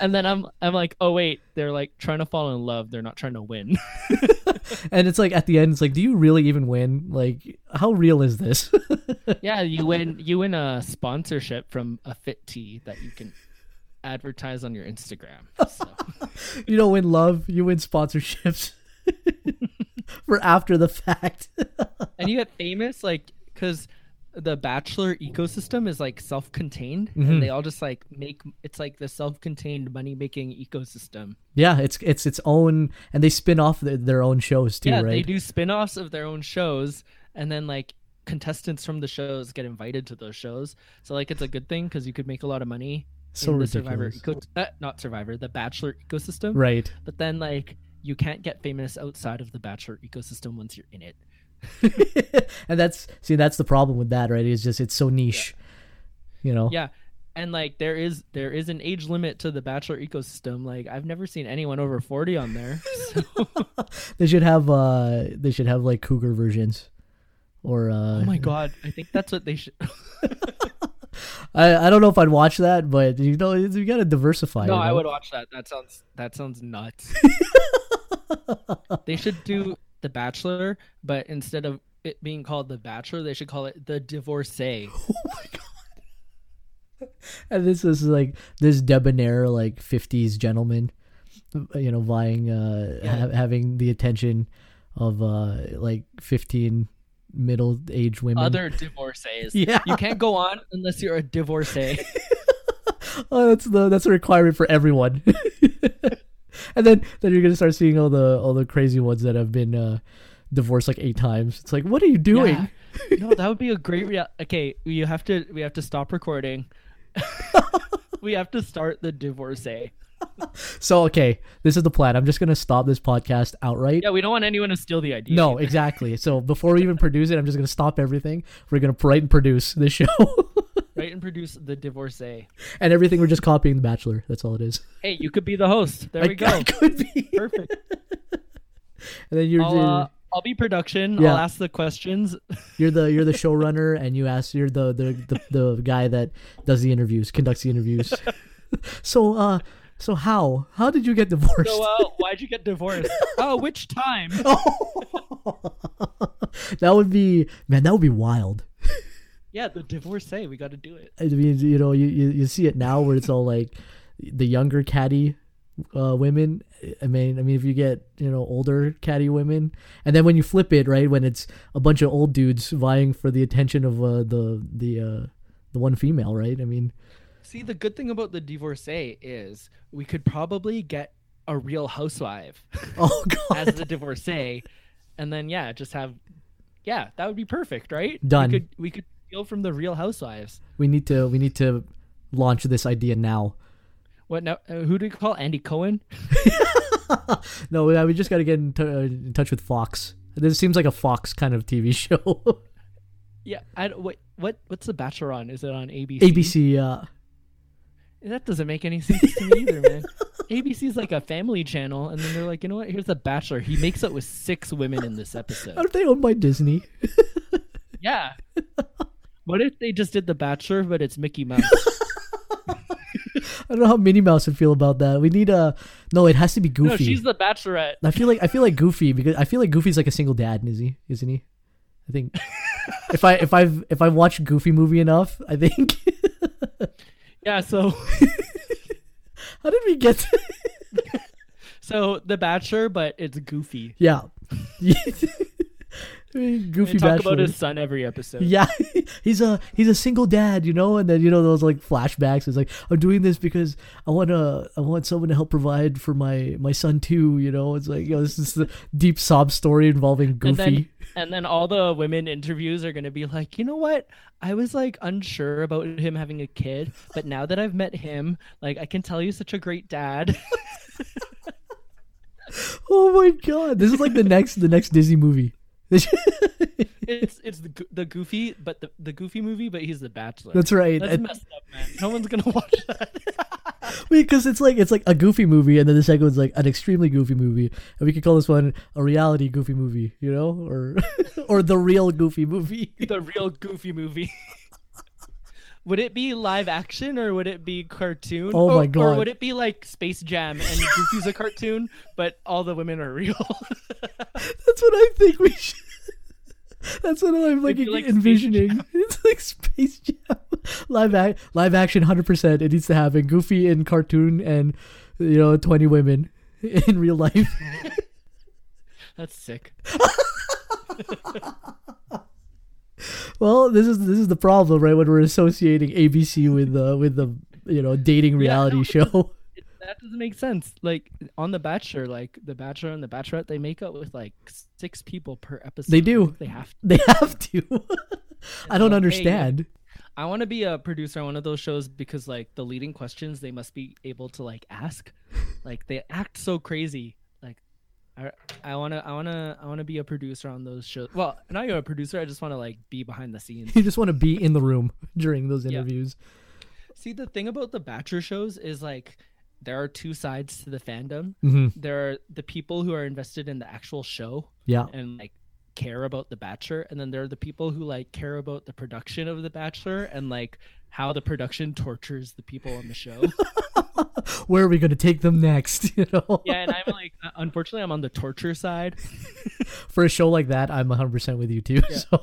Speaker 2: and then I'm I'm like, oh wait, they're like trying to fall in love, they're not trying to win. <laughs>
Speaker 1: and it's like at the end, it's like, do you really even win? Like, how real is this? <laughs>
Speaker 2: yeah, you win you win a sponsorship from a fit tee that you can advertise on your Instagram. So.
Speaker 1: you don't win love, you win sponsorships <laughs> for after the fact.
Speaker 2: <laughs>
Speaker 1: <laughs>
Speaker 2: and you get famous like because the bachelor ecosystem is like self-contained
Speaker 1: Mhm.
Speaker 2: and they all just like make it's like the self-contained money-making ecosystem
Speaker 1: yeah, it's it's its own, and they spin off their, their own shows too,
Speaker 2: yeah they
Speaker 1: right?
Speaker 2: do spin-offs of their own shows and then like contestants from the shows get invited to those shows so like it's a good thing because you could make a lot of money
Speaker 1: So
Speaker 2: in the survivor
Speaker 1: ridiculous,
Speaker 2: eco- uh, not survivor the bachelor ecosystem
Speaker 1: right? <laughs>
Speaker 2: but then like you can't get famous outside of the bachelor ecosystem once you're in it
Speaker 1: and that's see, that's the problem with that, right? It's just it's so niche, you know.
Speaker 2: Yeah. And like there is there is an age limit to the bachelor ecosystem. Like I've never seen anyone over 40 on there. <laughs>
Speaker 1: <laughs>
Speaker 2: So
Speaker 1: They should have uh, they should have like cougar versions, or uh,
Speaker 2: oh my god, I think that's what they should
Speaker 1: I, I don't know if I'd watch that, but you know, you gotta diversify.
Speaker 2: No,
Speaker 1: you
Speaker 2: I
Speaker 1: know?
Speaker 2: would watch that. That sounds that
Speaker 1: <laughs>
Speaker 2: sounds nuts. they should do The Bachelor, but instead of it being called The Bachelor, they should call it The Divorcee.
Speaker 1: And this is like this debonair like '50s gentleman, you know, vying, uh, ha- having the attention of uh, like 15 middle-aged women.
Speaker 2: Other
Speaker 1: <laughs>
Speaker 2: divorcees. <laughs>
Speaker 1: yeah,
Speaker 2: You can't go on unless you're
Speaker 1: <laughs>
Speaker 2: a divorcee.
Speaker 1: oh, that's the that's a requirement for everyone. <laughs> and then then you're gonna start seeing all the all the crazy ones that have been uh, divorced like eight times. It's like, what are you doing?
Speaker 2: Yeah. No, that would be a great rea- Okay, we have to we have to stop
Speaker 1: <laughs>
Speaker 2: recording. we have to start the divorcee.
Speaker 1: So okay, this is the plan. I'm just gonna stop this podcast outright.
Speaker 2: Yeah, we don't want anyone to steal the idea. <laughs>
Speaker 1: No, exactly. So before we even produce it, I'm just gonna stop everything. We're gonna write and produce this show, <laughs>
Speaker 2: Write and produce the divorcee.
Speaker 1: and everything we're just copying The Bachelor. That's all it is.
Speaker 2: Hey, you could be the host. There we
Speaker 1: I-
Speaker 2: go.
Speaker 1: I could be.
Speaker 2: Perfect.
Speaker 1: And then you're
Speaker 2: I'll, uh,
Speaker 1: the,
Speaker 2: I'll be production.
Speaker 1: Yeah.
Speaker 2: I'll ask
Speaker 1: <laughs>
Speaker 2: the questions.
Speaker 1: you're the you're the showrunner, and you ask you're the the, the the guy that does the interviews, conducts the interviews. <laughs> so uh, so how how did you get divorced?
Speaker 2: So, uh, why'd you
Speaker 1: <laughs>
Speaker 2: get divorced? oh, which time?
Speaker 1: that would be man. That would be wild.
Speaker 2: Yeah, the divorcee. We got to do it.
Speaker 1: I mean, you know, you, you, you see it now where it's all like the younger catty uh, women. I mean, I mean, if you get you know older catty women, and then when you flip it, right, when it's a bunch of old dudes vying for the attention of uh, the the uh, the one female, right? I mean,
Speaker 2: See, the good thing about the divorcee is we could probably get a real
Speaker 1: <laughs>
Speaker 2: housewife.
Speaker 1: <laughs> oh god,
Speaker 2: as the divorcee, and then yeah, just have yeah, that would be perfect, right?
Speaker 1: Done.
Speaker 2: We could we could steal from the Real Housewives.
Speaker 1: we need to we need to launch this idea now.
Speaker 2: What now? Uh, who do you call Andy Cohen? <laughs>
Speaker 1: No, we, we just got to get in, t- uh, in touch with Fox. This seems like a Fox kind of TV <laughs> show.
Speaker 2: Yeah, I don't- what what what's the Bachelor on? Is it on ABC?
Speaker 1: ABC, uh,
Speaker 2: That doesn't make any sense to me
Speaker 1: <laughs>
Speaker 2: either, man. ABC is like a family channel, and then they're like, you know what? Here's the Bachelor. He makes it with six women in this episode.
Speaker 1: what <laughs> if they owned by Disney?
Speaker 2: Yeah. <laughs> What if they just did the Bachelor, but it's Mickey Mouse?
Speaker 1: <laughs> I don't know how Minnie Mouse would feel about that. We need a no. It has to be Goofy.
Speaker 2: No, she's the Bachelorette.
Speaker 1: I feel like I feel like Goofy because I feel like Goofy's like a single dad, is he? Isn't he? I
Speaker 2: <laughs>
Speaker 1: think if I if I've if I've watched Goofy movie enough, I think. <laughs>
Speaker 2: Yeah, so <laughs>
Speaker 1: how did we get? To... <laughs> <laughs>
Speaker 2: so the Bachelor, but it's Goofy.
Speaker 1: Yeah.
Speaker 2: They
Speaker 1: Goofy
Speaker 2: talk
Speaker 1: bachelor.
Speaker 2: about his son every episode.
Speaker 1: Yeah, <laughs> he's a he's a single dad, you know, and then you know those like flashbacks. It's like I'm doing this because I want to I want someone to help provide for my my son too, you know. It's like you know this is the deep sob story involving Goofy.
Speaker 2: And then, and then all the women interviews are going to be like, you know what? I was like unsure about him having a kid, but now that I've met him, like I can tell you such a great dad. <laughs>
Speaker 1: oh my god, this is like the next the next Disney movie. <laughs>
Speaker 2: it's it's the, go- the goofy, but the, the goofy movie, but he's the bachelor.
Speaker 1: That's right.
Speaker 2: That's
Speaker 1: And-
Speaker 2: messed up, man. No one's gonna watch that.
Speaker 1: <laughs> because it's like it's like a goofy movie and then the second one's like an extremely goofy movie. And we could call this one a reality goofy movie, you know? Or <laughs> or the real goofy movie. <laughs>
Speaker 2: the real goofy movie. <laughs> would it be live action or would it be cartoon?
Speaker 1: Oh
Speaker 2: Or-
Speaker 1: my
Speaker 2: Or
Speaker 1: God.
Speaker 2: would it be like Space Jam and Goofy's a cartoon, but all the women are real? <laughs>
Speaker 1: That's what I think we should. <laughs> That's what I'm like,
Speaker 2: It'd be like Space
Speaker 1: envisioning. <laughs> It's like Space Jam, live act, live action, hundred percent. It needs to happen. Goofy in cartoon and you know twenty women <laughs> in real
Speaker 2: <laughs>
Speaker 1: life.
Speaker 2: That's sick.
Speaker 1: well, this is this is the problem, right? When we're associating ABC with the with the you know dating reality
Speaker 2: no,
Speaker 1: show. <laughs>
Speaker 2: That doesn't make sense. Like on The Bachelor, like The Bachelor and The Bachelorette, they make out with like six people per episode.
Speaker 1: They do.
Speaker 2: They have to.
Speaker 1: They have
Speaker 2: <laughs>
Speaker 1: to. I don't
Speaker 2: like, hey,
Speaker 1: understand.
Speaker 2: I want to be a producer on one of those shows because like the leading questions they must be able to like ask, like they act so crazy. Like, I I wanna I wanna I wanna be a producer on those shows. Well, not even a producer. I just want to like be behind
Speaker 1: <laughs>
Speaker 2: the scenes.
Speaker 1: You just want to be in the room <laughs> during those
Speaker 2: Yeah.
Speaker 1: interviews.
Speaker 2: See, the thing about the Bachelor shows is like there are two sides to the fandom.
Speaker 1: hmm
Speaker 2: There are the people who are invested in the actual show
Speaker 1: Yeah. <laughs>
Speaker 2: and like care about the bachelor and then there are the people who like care about the production of the bachelor and like how the production tortures the people on the show
Speaker 1: Where are we going to take them next? <laughs> You know.
Speaker 2: yeah and i'm like uh, unfortunately i'm on the torture side
Speaker 1: for a show like that, I'm 100% with you too. <laughs> So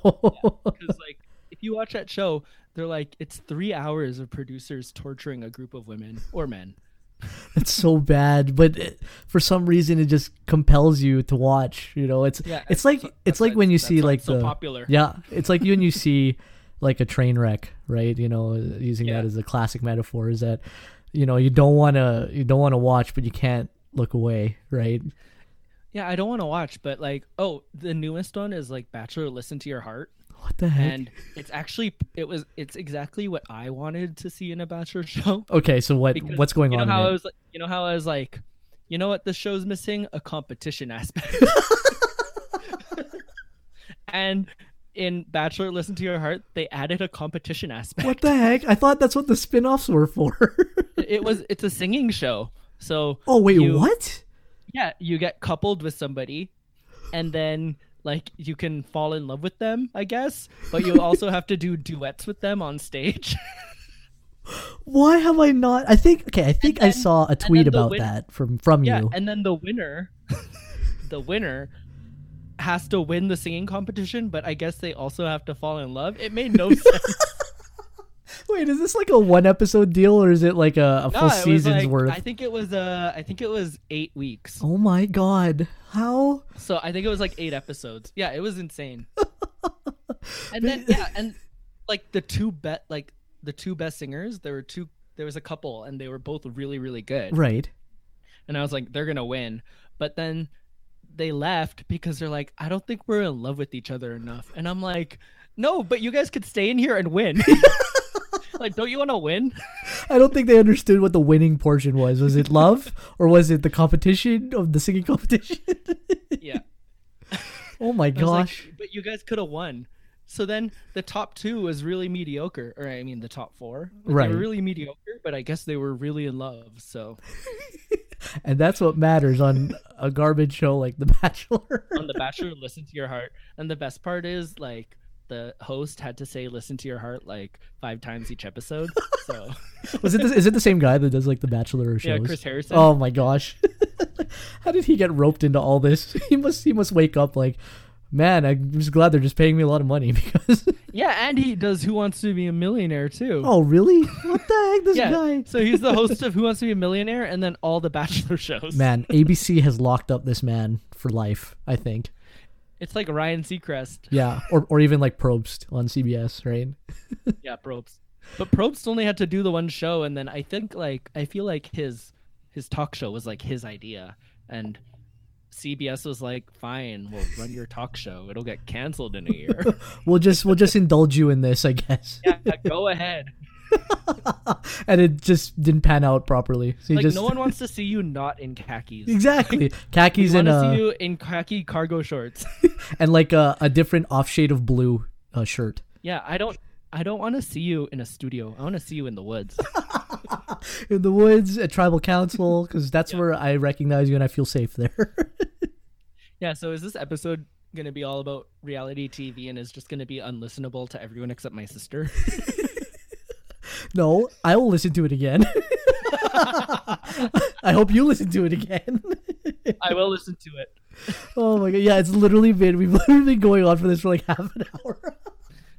Speaker 2: because like if you watch that show they're like it's three hours of producers torturing a group of women or men
Speaker 1: it's so bad, but it, for some reason it just compels you to watch, you know. It's
Speaker 2: Yeah,
Speaker 1: it's like it's like when you see like
Speaker 2: so
Speaker 1: the
Speaker 2: popular
Speaker 1: <laughs> Yeah, it's like when you see like a train wreck, right? You know, using
Speaker 2: Yeah.
Speaker 1: that as a classic metaphor is that you know, you don't want to you don't want to watch but you can't look away, right?
Speaker 2: yeah i don't want to watch but like oh the newest one is like bachelor listen to your heart
Speaker 1: What the heck?
Speaker 2: and it's actually it was it's exactly what i wanted to see in a bachelor <laughs> show
Speaker 1: okay, so what
Speaker 2: because
Speaker 1: what's going
Speaker 2: you know
Speaker 1: on? in
Speaker 2: how
Speaker 1: it?
Speaker 2: I was like, you know how I was like, you know what this show's missing? A competition
Speaker 1: <laughs>
Speaker 2: aspect. and in Bachelor Listen to Your Heart, they added a competition aspect.
Speaker 1: what the heck? I thought that's what the spin-offs were for. <laughs>
Speaker 2: It was it's a singing show. So
Speaker 1: oh wait,
Speaker 2: You-
Speaker 1: what?
Speaker 2: yeah, you get coupled with somebody and then like you can fall in love with them, I guess, but you also have to do duets with them on stage.
Speaker 1: Why have I not? I think okay. I think I
Speaker 2: then-
Speaker 1: saw a
Speaker 2: then
Speaker 1: tweet
Speaker 2: the
Speaker 1: about
Speaker 2: win-
Speaker 1: that from from
Speaker 2: Yeah,
Speaker 1: you.
Speaker 2: and then the winner, the winner has to win the singing competition, but I guess they also have to fall in love. It made
Speaker 1: <laughs>
Speaker 2: no sense.
Speaker 1: Wait, is this like a one episode deal or is it like a, a
Speaker 2: No,
Speaker 1: full
Speaker 2: it was
Speaker 1: season's
Speaker 2: like-
Speaker 1: worth?
Speaker 2: I think it was uh, I think it was eight weeks.
Speaker 1: oh my god, how?
Speaker 2: So I think it was like eight episodes. Yeah, it
Speaker 1: <laughs>
Speaker 2: was insane. and then yeah, and like the two bet like the two best singers, there were two. There was a couple, and they were both really really good.
Speaker 1: Right.
Speaker 2: And I was like, they're gonna win. But then they left because they're like, I don't think we're in love with each other enough. And I'm like, no, but you guys could stay in here and
Speaker 1: <laughs>
Speaker 2: win. like, don't you want to win?
Speaker 1: I don't think they understood what the winning portion was. Was it love or was it the competition of the singing competition? <laughs>
Speaker 2: Yeah.
Speaker 1: oh my
Speaker 2: I was like,
Speaker 1: gosh.
Speaker 2: but you guys could have won. So then the top two was really mediocre, or I mean the top four. But They
Speaker 1: Right.
Speaker 2: were really mediocre, but I guess they were really in love. So
Speaker 1: and that's what matters on a garbage show like The Bachelor. <laughs>
Speaker 2: on The Bachelor, <laughs> listen to your heart. And the best part is like the host had to say listen to your heart like five times each episode. So <laughs>
Speaker 1: was it the, is it the same guy that does like The Bachelor shows?
Speaker 2: yeah, Chris Harrison.
Speaker 1: Oh my gosh. <laughs> How did he get roped into all this? <laughs> He must he must wake up like, man, I'm just glad they're just paying me a lot of money <laughs> because
Speaker 2: Yeah, and he does Who Wants to Be a Millionaire too.
Speaker 1: Oh really? What the heck? This
Speaker 2: yeah.
Speaker 1: guy
Speaker 2: So he's the
Speaker 1: <laughs>
Speaker 2: host of Who Wants to Be a Millionaire and then all the Bachelor shows.
Speaker 1: Man, ABC has locked up this man for life, I think.
Speaker 2: It's like Ryan Seacrest.
Speaker 1: <laughs> Yeah, or or even like Probst on CBS, right?
Speaker 2: Yeah, Probst. But Probst only had to do the one show, and then I think like I feel like his his talk show was like his idea, and CBS was like, "Fine, we'll run your talk show. It'll get canceled in a
Speaker 1: <laughs>
Speaker 2: year.
Speaker 1: We'll just we'll just indulge you in this, I guess.
Speaker 2: yeah, go ahead.
Speaker 1: and it just didn't pan out properly. So you
Speaker 2: Like
Speaker 1: just
Speaker 2: no one wants to see you not in
Speaker 1: <laughs>
Speaker 2: khakis.
Speaker 1: exactly khakis
Speaker 2: We
Speaker 1: and
Speaker 2: want to
Speaker 1: uh
Speaker 2: see you in khaki cargo shorts.
Speaker 1: and like uh, a, a different off shade of blue uh, shirt.
Speaker 2: yeah, I don't. I don't want to see you in a studio. I want to see you in the woods.
Speaker 1: in the woods at tribal council because that's where I recognize you and I feel safe there. <laughs>
Speaker 2: Yeah, so is this episode going to be all about reality TV and is just going to be unlistenable to everyone except my sister?
Speaker 1: no, I will listen to it again. <laughs> I hope you listen to it again.
Speaker 2: <laughs>
Speaker 1: <laughs>
Speaker 2: I will listen to it.
Speaker 1: oh my god, yeah, it's literally been we've <laughs> literally been going on for this for like half an hour.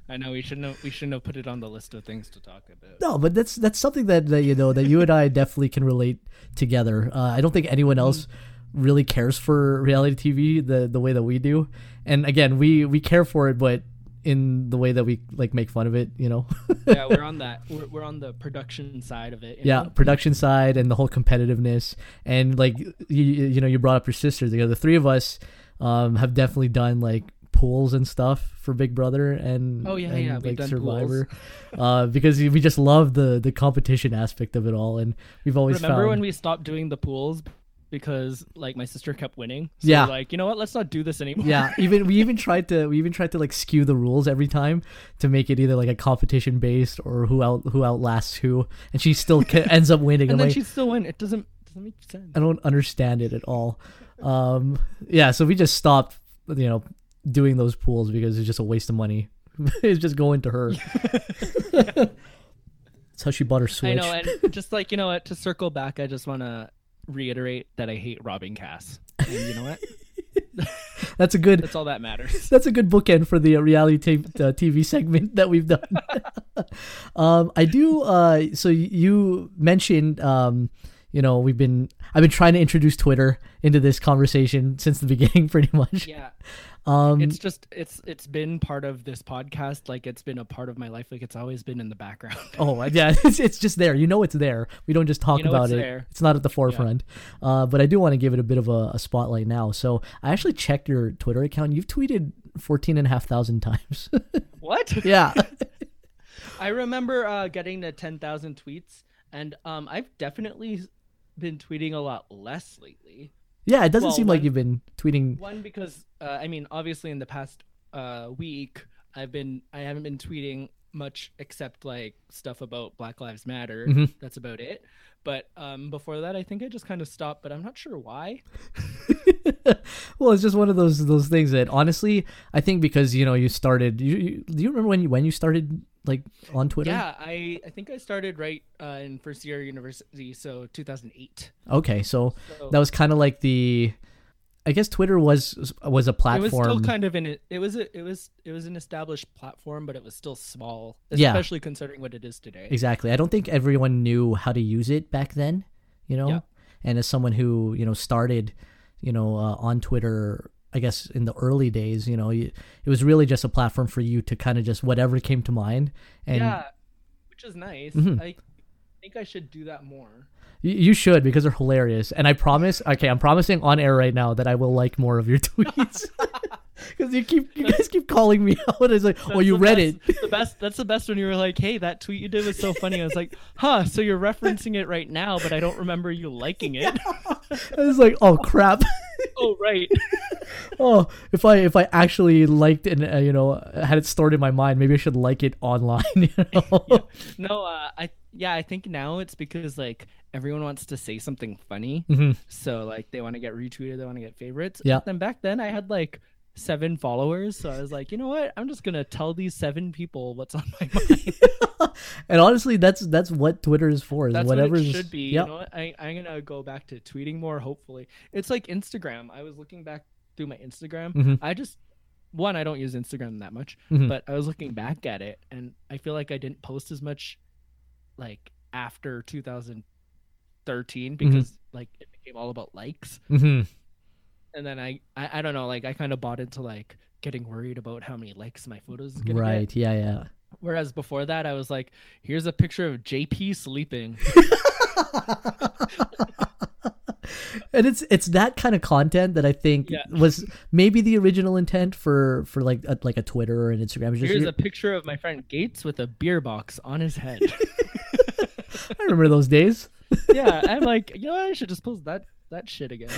Speaker 2: I know we shouldn't have, we shouldn't have put it on the list of things to talk <laughs> about.
Speaker 1: No, but that's that's something that, that you know that you and I definitely can relate together. Uh, I don't think anyone else really cares for reality TV the the way that we do. And again, we we care for it, but in the way that we like make fun of it, you know. <laughs>
Speaker 2: yeah, we're on that. We're, we're on the production side of it. you
Speaker 1: yeah
Speaker 2: know?
Speaker 1: production side and the whole competitiveness and like you you know you brought up your sister the other three of us um have definitely done like pools and stuff for big brother and
Speaker 2: Oh, yeah,
Speaker 1: and,
Speaker 2: yeah, we've
Speaker 1: like
Speaker 2: done
Speaker 1: survivor uh because we just love the the competition aspect of it all and we've always
Speaker 2: Remember
Speaker 1: found
Speaker 2: when we stopped doing the pools because like my sister kept winning? So
Speaker 1: Yeah.
Speaker 2: we're Like you know what? Let's not do this
Speaker 1: <laughs>
Speaker 2: anymore.
Speaker 1: yeah even we even tried to we even tried to like skew the rules every time to make it either like a competition based or who out who outlasts who and she still ca- ends up winning I'm
Speaker 2: <laughs> And then
Speaker 1: like,
Speaker 2: she'd still win. It doesn't doesn't make sense.
Speaker 1: I don't understand it at all. Um, yeah, so we just stopped, you know, doing those pools because it's just a waste of money. <laughs> it's just going to
Speaker 2: <laughs>
Speaker 1: her. That's how she bought her switch.
Speaker 2: I know, and just like you know what, to circle back, I just want to reiterate that I hate robbing Cass. And you know what?
Speaker 1: That's a good.
Speaker 2: That's all
Speaker 1: <laughs>
Speaker 2: that matters.
Speaker 1: That's a good bookend for the uh, reality t- uh, TV segment that
Speaker 2: <laughs>
Speaker 1: we've done. um, I do. Uh, so you mentioned, um, you know, we've been. I've been trying to introduce Twitter into this conversation since the beginning, <laughs> pretty much.
Speaker 2: Yeah,
Speaker 1: Um,
Speaker 2: it's just it's it's been part of this podcast. Like it's been a part of my life. Like it's always been in the background. <laughs>
Speaker 1: Oh yeah, <laughs> it's, it's just there. You know it's there. We don't just talk
Speaker 2: You know
Speaker 1: about
Speaker 2: it's
Speaker 1: it.
Speaker 2: there.
Speaker 1: It's not at the forefront. Uh, but I do want to give it a bit of a, a spotlight now. So I actually checked your Twitter account. You've tweeted fourteen and a half thousand <laughs> times.
Speaker 2: what?
Speaker 1: yeah.
Speaker 2: I remember uh, getting to ten thousand tweets, and um, I've definitely been tweeting a lot less lately.
Speaker 1: <laughs> Yeah, it doesn't
Speaker 2: Well,
Speaker 1: seem like
Speaker 2: when-
Speaker 1: you've been tweeting
Speaker 2: One because uh, I mean, obviously, in the past uh, week, I've been I haven't been tweeting much except like stuff about Black Lives Matter.
Speaker 1: Mhm.
Speaker 2: That's about it. But um, before that, I think I just kind of stopped. But I'm not sure why.
Speaker 1: well, it's just one of those those things that honestly, I think because you know you started. You, you, do you remember when you, when you started like on Twitter?
Speaker 2: Yeah, I I think I started right uh, in first year of university, so 2008.
Speaker 1: Okay, so
Speaker 2: So
Speaker 1: that was kind of like the. I guess Twitter was was a
Speaker 2: it
Speaker 1: platform.
Speaker 2: was still kind of an it was a, it was it was an established platform, but it was still small,
Speaker 1: Yeah.
Speaker 2: especially considering what it is today.
Speaker 1: Exactly. I don't think everyone knew how to use it back then, you know?
Speaker 2: Yeah.
Speaker 1: And as someone who, you know, started, you know, uh, on Twitter, I guess in the early days, you know, you, it was really just a platform for you to kind of just whatever came to mind. And
Speaker 2: yeah, which is nice.
Speaker 1: Mhm.
Speaker 2: I think I should do that more.
Speaker 1: you, you should because they're hilarious. And I promise, okay, I'm promising on air right now that I will like more of your <laughs> tweets. Because you keep, you guys keep calling me <laughs> out. It's like, oh,
Speaker 2: That's
Speaker 1: you
Speaker 2: the
Speaker 1: read it.
Speaker 2: best- The best. That's the best when you were like, "Hey, that tweet you did was so funny." I was like, <laughs> "Huh? So you're referencing it right now, but I don't remember you
Speaker 1: <laughs>
Speaker 2: liking it." <laughs>
Speaker 1: I was like, oh, crap.
Speaker 2: oh, right.
Speaker 1: oh, if I if I actually liked and uh, you know had it stored in my mind, maybe I should like it online. <laughs> You know?
Speaker 2: No, uh, I yeah, I think now it's because like everyone wants to say something funny,
Speaker 1: Mhm.
Speaker 2: so like they want to get retweeted, they want to get favorites.
Speaker 1: Yeah.
Speaker 2: Then back then, I had like seven followers, so I was like, you know what? I'm just gonna tell these seven people what's on my mind.
Speaker 1: And honestly, that's that's what Twitter is for. Is
Speaker 2: That's
Speaker 1: whatever
Speaker 2: what it should be.
Speaker 1: Yep.
Speaker 2: You know what? I, I'm gonna go back to tweeting more. Hopefully, it's like Instagram. I was looking back through my Instagram.
Speaker 1: Mhm.
Speaker 2: I just one, I don't use Instagram that much,
Speaker 1: Mhm.
Speaker 2: but I was looking back at it, and I feel like I didn't post as much, like after 2013, because like it became all about likes.
Speaker 1: Mhm.
Speaker 2: and then I, I, I don't know, like I kind of bought into like getting worried about how many likes my photos is gonna get.
Speaker 1: Right. Yeah. Yeah.
Speaker 2: Whereas before that, I was like, here's a picture of JP sleeping.
Speaker 1: <laughs> and it's it's that kind of content that I think
Speaker 2: Yeah.
Speaker 1: was maybe the original intent for for like a, like a Twitter or an Instagram. It's just-
Speaker 2: Here's a picture of my friend Gates with a beer box on his head.
Speaker 1: <laughs> I remember those days. <laughs>
Speaker 2: yeah, I'm like, you know, what? I should just post that that shit again.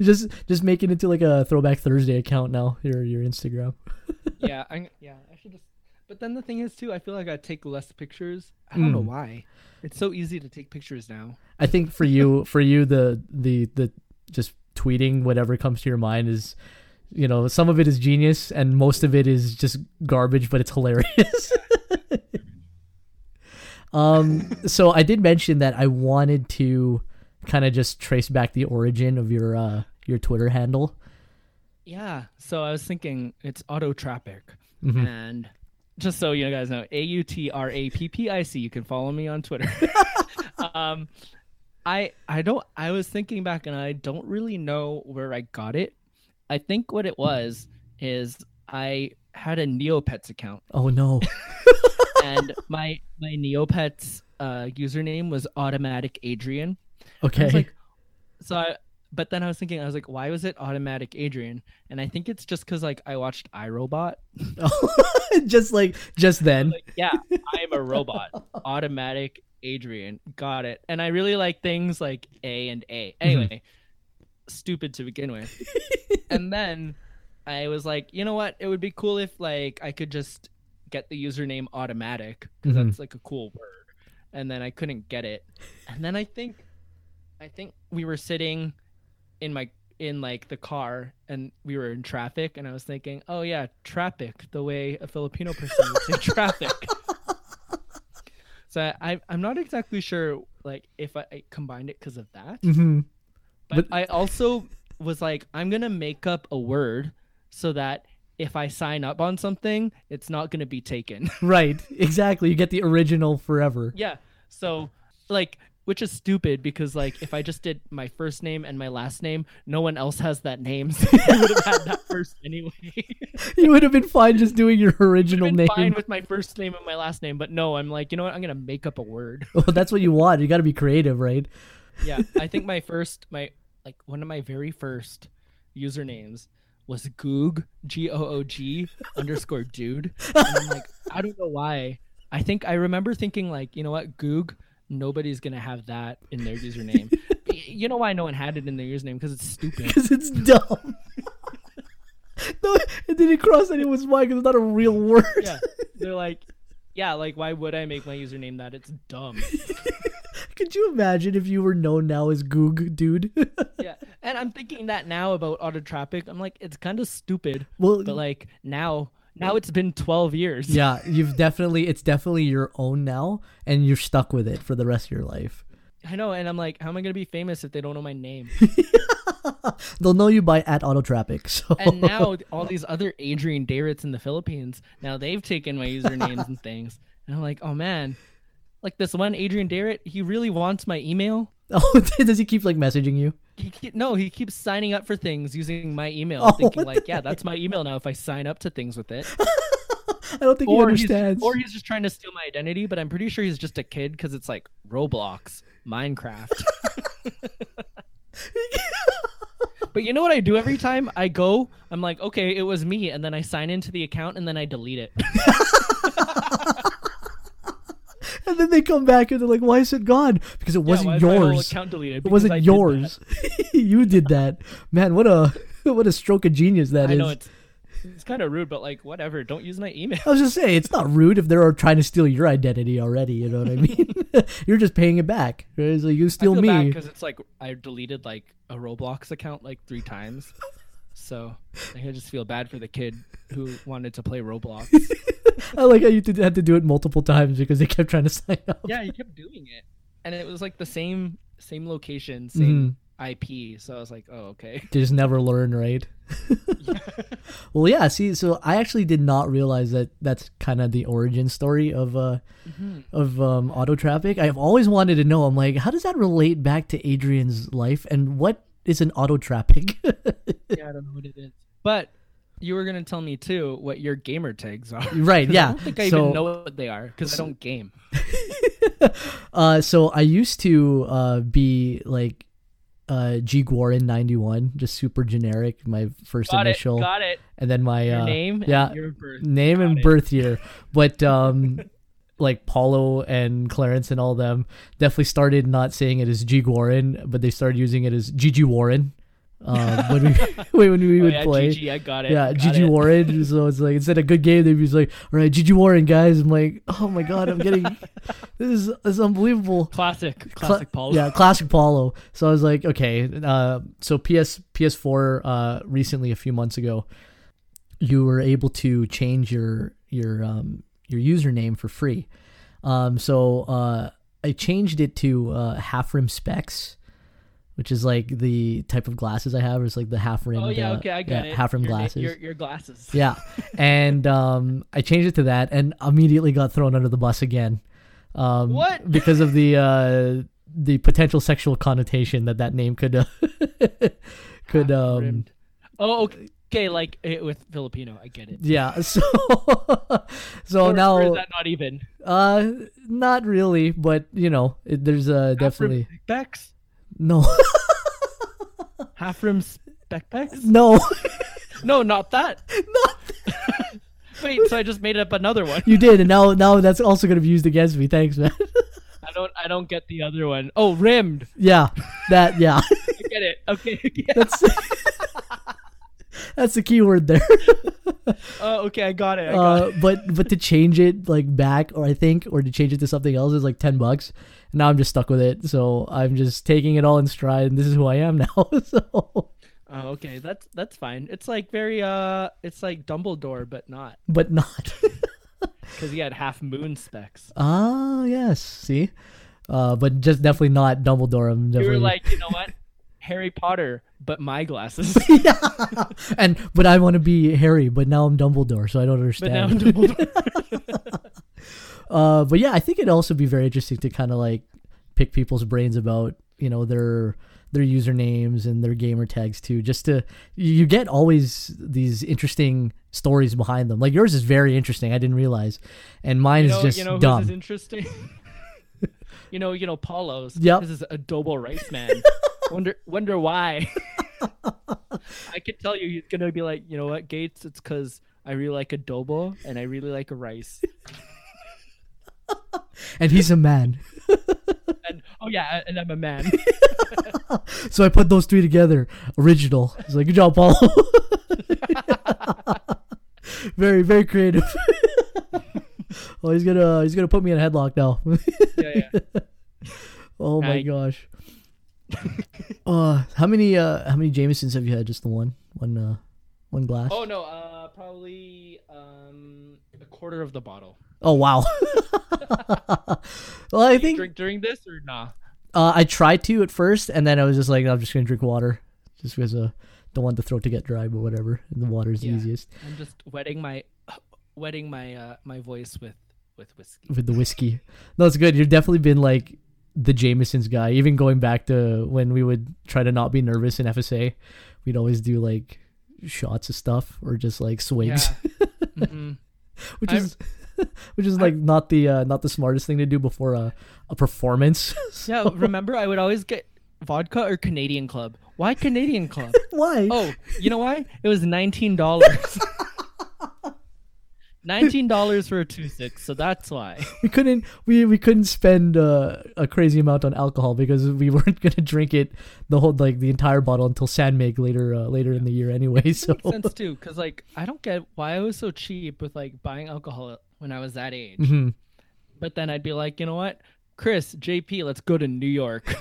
Speaker 1: just just making it to like a Throwback Thursday account now. Your your Instagram.
Speaker 2: yeah, I yeah, I should just. But then the thing is too, I feel like I take less pictures. I don't know
Speaker 1: Mm.
Speaker 2: why. It's so easy to take pictures now.
Speaker 1: I think for <laughs> you for you the the the just tweeting whatever comes to your mind is you know some of it is genius and most of it is just garbage but it's hilarious. <laughs> um so I did mention that I wanted to kind of just trace back the origin of your uh your Twitter handle.
Speaker 2: Yeah. So I was thinking it's auto traffic.
Speaker 1: Mhm.
Speaker 2: And just so you guys know, A U T R A P P I C, you can follow me on Twitter. um, I I don't I was thinking back and I don't really know where I got it. I think what it was is I had a Neopets account
Speaker 1: Oh no.
Speaker 2: and my my Neopets uh, username was automatic Adrian.
Speaker 1: <laughs>
Speaker 2: I
Speaker 1: Okay.
Speaker 2: was like, so I, but then I was thinking, I was like, why was it automatic Adrian? And I think it's just because like I watched iRobot.
Speaker 1: <laughs> just like just then.
Speaker 2: Like, yeah, I'm a robot. Automatic Adrian, got it. And I really like things like A and A. Anyway, stupid to begin with. and then I was like, you know what? It would be cool if like I could just get the username automatic because
Speaker 1: Mhm.
Speaker 2: that's like a cool word. And then I couldn't get it. And then I think I think we were sitting in my in like the car and we were in traffic and I was thinking, oh yeah, traffic, the way a Filipino person would say traffic. So I, I I'm not exactly sure like if I, I combined it because of that,
Speaker 1: Mhm. but-
Speaker 2: but, I also was like, I'm gonna make up a word so that if I sign up on something, it's not gonna be taken.
Speaker 1: Right. Exactly. You get the original forever.
Speaker 2: yeah. So like. Which is stupid because, like, if I just did my first name and my last name, no one else has that name, <laughs> so I would have had that first anyway. <laughs>
Speaker 1: You would have been fine just doing your original
Speaker 2: been
Speaker 1: name.
Speaker 2: fine with my first name and my last name, but no, I'm like, you know what? I'm gonna make up a word.
Speaker 1: <laughs> Well, Oh, that's what you want. You got to be creative,
Speaker 2: <laughs>
Speaker 1: right?
Speaker 2: Yeah, I think my first, my like one of my very first usernames was Goog G O O G underscore dude, and I'm like, I don't know why. I think I remember thinking like, you know what, Goog, nobody's gonna have that in their username. Y- you know why no one had it in their username? Because
Speaker 1: <laughs>
Speaker 2: it's stupid.
Speaker 1: Because it's dumb. <laughs> no, it didn't cross anyone's mind because it's not a real word.
Speaker 2: Yeah, they're like, yeah, like why would I make my username that? It's dumb.
Speaker 1: <laughs> Could you imagine if you were known now as Goog Dude? <laughs>
Speaker 2: yeah and i'm thinking that now about auto traffic i'm like it's kind of stupid
Speaker 1: well,
Speaker 2: but like now now it's been 12 years
Speaker 1: yeah, you've definitely it's definitely your own now, and you're stuck with it for the rest of your life.
Speaker 2: i know and i'm like how am i gonna be famous if they don't know
Speaker 1: <laughs>
Speaker 2: my name
Speaker 1: They'll know you by at Autotraffic. <laughs> So
Speaker 2: and now all these other adrian Dayritz in the philippines now they've taken my usernames and things and i'm like oh man like this one adrian Dayrit, he really wants my email
Speaker 1: oh, <laughs> does he keep like messaging you?
Speaker 2: he ke- no he keeps signing up for things using my email
Speaker 1: <laughs> Oh,
Speaker 2: thinking
Speaker 1: what
Speaker 2: like yeah that's my email now if i sign up to things with it
Speaker 1: I don't think he
Speaker 2: or he's,
Speaker 1: understands.
Speaker 2: or he's just trying to steal my identity, but I'm pretty sure he's just a kid because it's like Roblox, Minecraft. <laughs> but you know what I do every time I go? I'm like, okay, it was me, and then I sign into the account and then I delete it. <laughs>
Speaker 1: and then they come back and they're like, "Why is it gone? Because it
Speaker 2: Yeah, why
Speaker 1: wasn't
Speaker 2: is my whole
Speaker 1: yours."
Speaker 2: account deleted
Speaker 1: It
Speaker 2: Because I
Speaker 1: wasn't
Speaker 2: did
Speaker 1: yours. <laughs> you did that, man. What a <laughs> what a stroke of genius
Speaker 2: that.
Speaker 1: that
Speaker 2: I
Speaker 1: is.
Speaker 2: know it's it's kind of rude, but like whatever. Don't use my email. <laughs>
Speaker 1: I was just saying, it's not rude if they're trying to steal your identity already. You know what I
Speaker 2: <laughs>
Speaker 1: mean? <laughs> You're just paying it back. right? It's like, you steal me.
Speaker 2: because it's like I deleted like a Roblox account like three times. So like, I just feel bad for the kid who wanted to play Roblox.
Speaker 1: I like how you did, had to do it multiple times because they kept trying to <laughs> sign up.
Speaker 2: yeah he kept doing it and it was like the same same location
Speaker 1: Mm-hmm.
Speaker 2: same ip so i was like oh okay
Speaker 1: They just never learn, right? well, yeah. See, so I actually did not realize that that's kind of the origin story of uh
Speaker 2: Mm-hmm.
Speaker 1: of um, auto traffic. I've always wanted to know. I'm like, how does that relate back to Adrian's life, and what is an auto trapping.
Speaker 2: <laughs> yeah, I don't know what it is. But you were gonna tell me too what your gamer tags are.
Speaker 1: <laughs> Right,
Speaker 2: 'Cause
Speaker 1: yeah.
Speaker 2: <laughs> I don't think I
Speaker 1: So-
Speaker 2: even know what they are because I don't game.
Speaker 1: uh, so I used to uh, be like uh, G Guarin ninety one, just super generic. My first
Speaker 2: Got
Speaker 1: initial,
Speaker 2: it. Got it.
Speaker 1: and then my
Speaker 2: Your
Speaker 1: uh,
Speaker 2: name.
Speaker 1: yeah,
Speaker 2: And your birth.
Speaker 1: name and
Speaker 2: Got it.
Speaker 1: birth year. But um, <laughs> like Paulo and Clarence and all them definitely started not saying it as G Warren, but they started using it as GG Warren
Speaker 2: <laughs>
Speaker 1: um, when we <laughs> when we
Speaker 2: Oh,
Speaker 1: would
Speaker 2: yeah,
Speaker 1: play.
Speaker 2: GG, I got it.
Speaker 1: Yeah,
Speaker 2: got
Speaker 1: GG
Speaker 2: it.
Speaker 1: Warren. So it's like instead of good game, they'd be just like, "All right, GG Warren, guys." I'm like, "Oh my god, I'm
Speaker 2: <laughs>
Speaker 1: getting <laughs> this is, this is unbelievable."
Speaker 2: Classic,
Speaker 1: Cla-
Speaker 2: classic Paul.
Speaker 1: Yeah, classic Paulo. So I was like, okay. Uh, so PS PS4 uh, recently, a few months ago, you were able to change your your um, your username for free. Um, so uh, I changed it to uh, half rim specs, which is like the type of glasses I have. It's like the half rim.
Speaker 2: Oh yeah,
Speaker 1: uh,
Speaker 2: okay, I got
Speaker 1: yeah,
Speaker 2: it.
Speaker 1: Half rim
Speaker 2: Your na-
Speaker 1: glasses.
Speaker 2: Your, your glasses.
Speaker 1: yeah, and um, I changed it to that, and immediately got thrown under the bus again. Um,
Speaker 2: What?
Speaker 1: Because of the uh, the potential sexual connotation that that name could <laughs> uh, could
Speaker 2: Ah,
Speaker 1: um,
Speaker 2: Rimmed. Oh, okay. okay, like eh, with Filipino, I get it.
Speaker 1: yeah. <laughs> So so
Speaker 2: Or-
Speaker 1: now
Speaker 2: or is that not even
Speaker 1: uh, not really, but you know, it, there's uh, definitely
Speaker 2: Half rim Becks,
Speaker 1: no <laughs>
Speaker 2: half rim spec Becks.
Speaker 1: no
Speaker 2: <laughs> No, not that. <laughs>
Speaker 1: not
Speaker 2: Wait, so I just made up another one.
Speaker 1: you did, and now now that's also gonna be used against me. Thanks, man.
Speaker 2: <laughs>
Speaker 1: <laughs>
Speaker 2: I don't, I don't get the other one. Oh, rimmed.
Speaker 1: yeah, that yeah. <laughs>
Speaker 2: I get it. Okay. <laughs> yeah.
Speaker 1: That's <laughs> that's the key word there.
Speaker 2: Oh, okay, I got it. I got
Speaker 1: Uh, but but to change it like back or I think or to change it to something else is like ten bucks. Now I'm just stuck with it, so I'm just taking it all in stride, and this is who I am <laughs> now. so,
Speaker 2: Oh, okay. That's that's fine. It's like very uh, it's like Dumbledore, but not
Speaker 1: but
Speaker 2: <laughs>
Speaker 1: not.
Speaker 2: because he had half moon specs.
Speaker 1: ah, yes. See, uh, but just definitely not Dumbledore. I'm
Speaker 2: You
Speaker 1: definitely
Speaker 2: were like, you know what, Harry Potter, but my glasses. <laughs>
Speaker 1: yeah. And but I want to be Harry, but now I'm Dumbledore, so I don't
Speaker 2: but
Speaker 1: understand.
Speaker 2: now I'm Dumbledore.
Speaker 1: Uh, but yeah, I think it'd also be very interesting to kind of like pick people's brains about you know their their usernames and their gamer tags too. Just to you get always these interesting stories behind them. Like yours is very interesting. I didn't realize, and mine
Speaker 2: You know,
Speaker 1: is just
Speaker 2: you know who's
Speaker 1: dumb.
Speaker 2: is interesting. <laughs> you know, you know, Paulo's.
Speaker 1: Yep.
Speaker 2: This is
Speaker 1: <laughs>
Speaker 2: adobo rice man. wonder wonder why. <laughs> I could tell you, he's gonna be like, you know what, Gates? It's because I really like adobo and I really like
Speaker 1: <laughs>
Speaker 2: rice.
Speaker 1: and he's a man,
Speaker 2: And oh yeah, and I'm
Speaker 1: <laughs>
Speaker 2: a man.
Speaker 1: so I put those three together. Original. It's like good job, Paul. <laughs> very very creative. <laughs> oh, he's gonna he's gonna put me in a headlock now. <laughs>
Speaker 2: yeah, yeah.
Speaker 1: Oh my
Speaker 2: I-
Speaker 1: gosh. <laughs> uh, how many uh how many Jamesons have you had? Just the one, one uh, one glass.
Speaker 2: Oh no, uh, probably um, a quarter of the bottle.
Speaker 1: Oh
Speaker 2: <laughs>
Speaker 1: wow. well, I
Speaker 2: Do you
Speaker 1: think
Speaker 2: drink during this or nah?
Speaker 1: uh, I tried to at first, and then I was just like, I'm just gonna drink water, just because uh, don't want the throat to get dry, but whatever. And the water is the
Speaker 2: Yeah.
Speaker 1: easiest
Speaker 2: I'm just wetting my, wetting my uh, my voice with with whiskey.
Speaker 1: with the whiskey. No, it's good. You've definitely been like the Jamesons guy, even going back to when we would try to not be nervous in FSA. We'd always do like shots of stuff or just like swigs. <laughs>
Speaker 2: Mhm.
Speaker 1: which
Speaker 2: I'm-
Speaker 1: is which is like not the uh, not the smartest thing to do before a, a performance. <laughs>
Speaker 2: Yeah, remember I would always get vodka or Canadian Club. Why Canadian
Speaker 1: <laughs>
Speaker 2: Club?
Speaker 1: Why?
Speaker 2: oh, you know why? It was
Speaker 1: <laughs>
Speaker 2: nineteen dollars. Nineteen dollars for a two six, so
Speaker 1: <laughs>
Speaker 2: that's why.
Speaker 1: We couldn't we, we couldn't spend uh, a crazy amount on alcohol because we <laughs> weren't going to drink it the whole like the entire bottle until San Meg later uh, later in the year anyway. So
Speaker 2: Makes
Speaker 1: <laughs>
Speaker 2: sense too, because like I don't get why I was so cheap with like buying alcohol when I was that age.
Speaker 1: Mhm.
Speaker 2: But then I'd be like, you know what? Chris, JP, let's go to New York.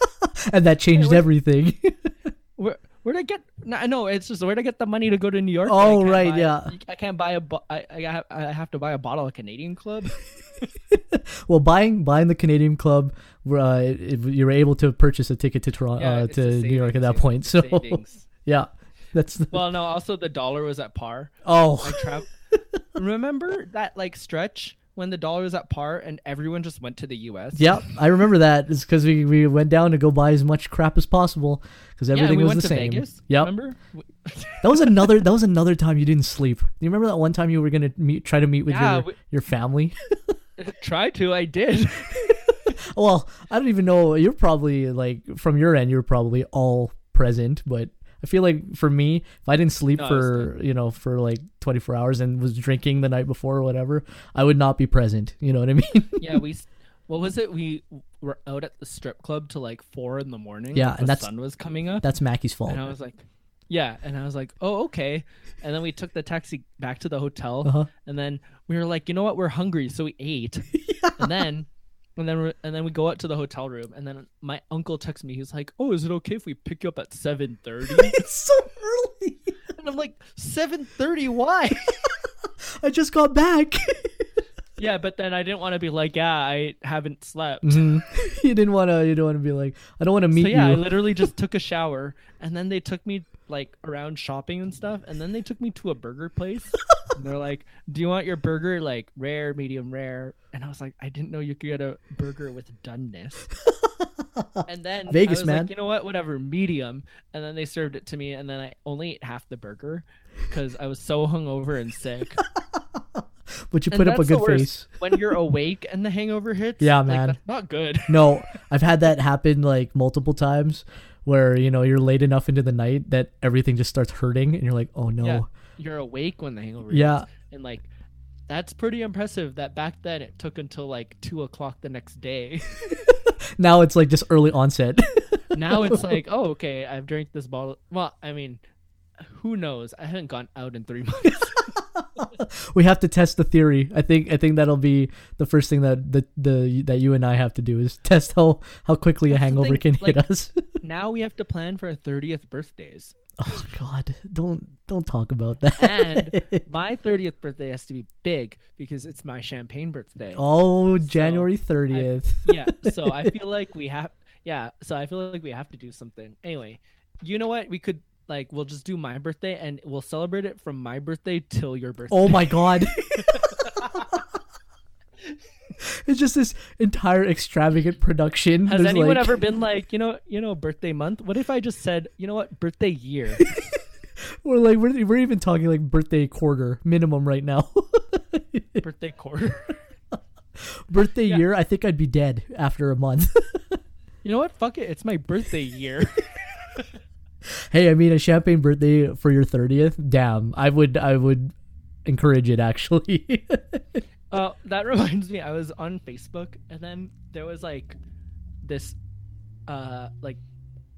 Speaker 2: <laughs>
Speaker 1: and that changed everything. <laughs>
Speaker 2: Where, where'd I get? No, I know it's just where'd I get the money to go to New York?
Speaker 1: Oh,
Speaker 2: I can't
Speaker 1: right,
Speaker 2: buy-
Speaker 1: yeah.
Speaker 2: I can't buy a. bo- I, I have, I have to buy a bottle of Canadian Club.
Speaker 1: well, buying buying the Canadian club, uh, it, you were able to purchase a ticket to Toronto
Speaker 2: Yeah,
Speaker 1: uh,
Speaker 2: it's
Speaker 1: to
Speaker 2: the
Speaker 1: New York at that
Speaker 2: savings,
Speaker 1: point. <laughs>
Speaker 2: it's
Speaker 1: So
Speaker 2: the savings.
Speaker 1: yeah, that's the,
Speaker 2: well, no. Also, the dollar was at par.
Speaker 1: oh <laughs>
Speaker 2: Trav- Remember that like stretch when the dollar was at par and everyone just went to the U.S.
Speaker 1: Yep, I remember that. It's because we, we went down to go buy as much crap as possible because
Speaker 2: Yeah,
Speaker 1: everything
Speaker 2: we
Speaker 1: was
Speaker 2: went
Speaker 1: the
Speaker 2: to
Speaker 1: same.
Speaker 2: Vegas.
Speaker 1: Yep,
Speaker 2: Remember? We- <laughs>
Speaker 1: that was another that was another time you didn't sleep. Do you remember that one time you were gonna meet try to meet with
Speaker 2: Yeah,
Speaker 1: your
Speaker 2: we-
Speaker 1: your family? <laughs>
Speaker 2: Try to. I did.
Speaker 1: well, I don't even know. You're probably like from your end, you're probably all present, but I feel like for me, if I didn't sleep
Speaker 2: No, it's
Speaker 1: for you know for like 24 hours and was drinking the night before or whatever, I would not be present. You know what I mean? <laughs>
Speaker 2: yeah, we. s- What was it? We were out at the strip club till like four in the morning.
Speaker 1: Yeah,
Speaker 2: the
Speaker 1: and that's-
Speaker 2: sun was coming up,
Speaker 1: That's Mackie's fault.
Speaker 2: and I was like, "Yeah," and I was like, "Oh, okay." And then we took the taxi back to the hotel,
Speaker 1: Uh-huh.
Speaker 2: and then we were like, "You know what? We're hungry," so we ate, and then. And then, we're- and then we go out to the hotel room, and then my uncle texts me. He's like, "Oh, is it okay if we pick you up at 7.30?
Speaker 1: <laughs> <laughs> it's so early.
Speaker 2: and I'm like, 7.30? Why?"
Speaker 1: I just got back. <laughs>
Speaker 2: yeah, but then I didn't want to be like, "Yeah, I haven't slept."
Speaker 1: Mhm. <laughs> you didn't want to. You don't want to be like. I don't want to meet
Speaker 2: so yeah,
Speaker 1: you.
Speaker 2: I literally just took a shower, and then they took me like around shopping and stuff, and then they took me to a
Speaker 1: <laughs>
Speaker 2: burger place. and they're like, "Do you want your burger like rare, medium rare?" And I was like, "I didn't know you could get a burger with
Speaker 1: <laughs>
Speaker 2: doneness." and then
Speaker 1: Vegas,
Speaker 2: I was
Speaker 1: man.
Speaker 2: Like, you know what? Whatever, medium. And then they served it to me, and then I only ate half the burger because I was so hungover
Speaker 1: <laughs>
Speaker 2: and sick.
Speaker 1: <laughs> but you
Speaker 2: And
Speaker 1: put up a
Speaker 2: that's the
Speaker 1: good face.
Speaker 2: worst, when you're awake and the hangover hits.
Speaker 1: Yeah,
Speaker 2: like,
Speaker 1: man.
Speaker 2: that's not good.
Speaker 1: No, I've had that happen like multiple times where, you know, you're late enough into the night that everything just starts hurting and you're like, oh
Speaker 2: Yeah,
Speaker 1: no.
Speaker 2: you're awake when the hangover. hits.
Speaker 1: Yeah.
Speaker 2: and like that's pretty impressive that back then it took until like two o'clock the next day <laughs>
Speaker 1: Now it's like just early onset. <laughs>
Speaker 2: now it's like oh okay i've drank this bottle well i mean who knows i haven't gone out in three <laughs> months
Speaker 1: we have to test the theory. I think I think that'll be the first thing that the, the that you and I have to do is <laughs> test how how quickly a
Speaker 2: That's the
Speaker 1: hangover
Speaker 2: thing,
Speaker 1: can hit
Speaker 2: like-
Speaker 1: us. <laughs>
Speaker 2: now we have to plan for our 30th <laughs> birthdays
Speaker 1: oh god, don't don't talk about that. <laughs>
Speaker 2: and my 30th birthday has to be big because it's my champagne birthday
Speaker 1: Oh, January 30th.
Speaker 2: yeah so i feel like we have yeah so i feel like we have to do something anyway you know what we could like we'll just do my birthday and we'll celebrate it from my birthday till your birthday
Speaker 1: Oh my
Speaker 2: <laughs>
Speaker 1: god. it's just this entire extravagant production.
Speaker 2: Has
Speaker 1: There's,
Speaker 2: anyone
Speaker 1: like-
Speaker 2: ever been like, you know, you know, birthday month? What if I just said, you know what, birthday
Speaker 1: <laughs>
Speaker 2: year?
Speaker 1: We're like we're, we're even talking like birthday quarter minimum right now. <laughs>
Speaker 2: birthday quarter.
Speaker 1: birthday
Speaker 2: Yeah.
Speaker 1: year, I think I'd be dead after a month. <laughs>
Speaker 2: You know what? Fuck it. It's my birthday year.
Speaker 1: hey, I mean a champagne birthday for your 30th. Damn. I would I would encourage it actually. <laughs>
Speaker 2: uh, that reminds me, I was on Facebook and then there was like this uh like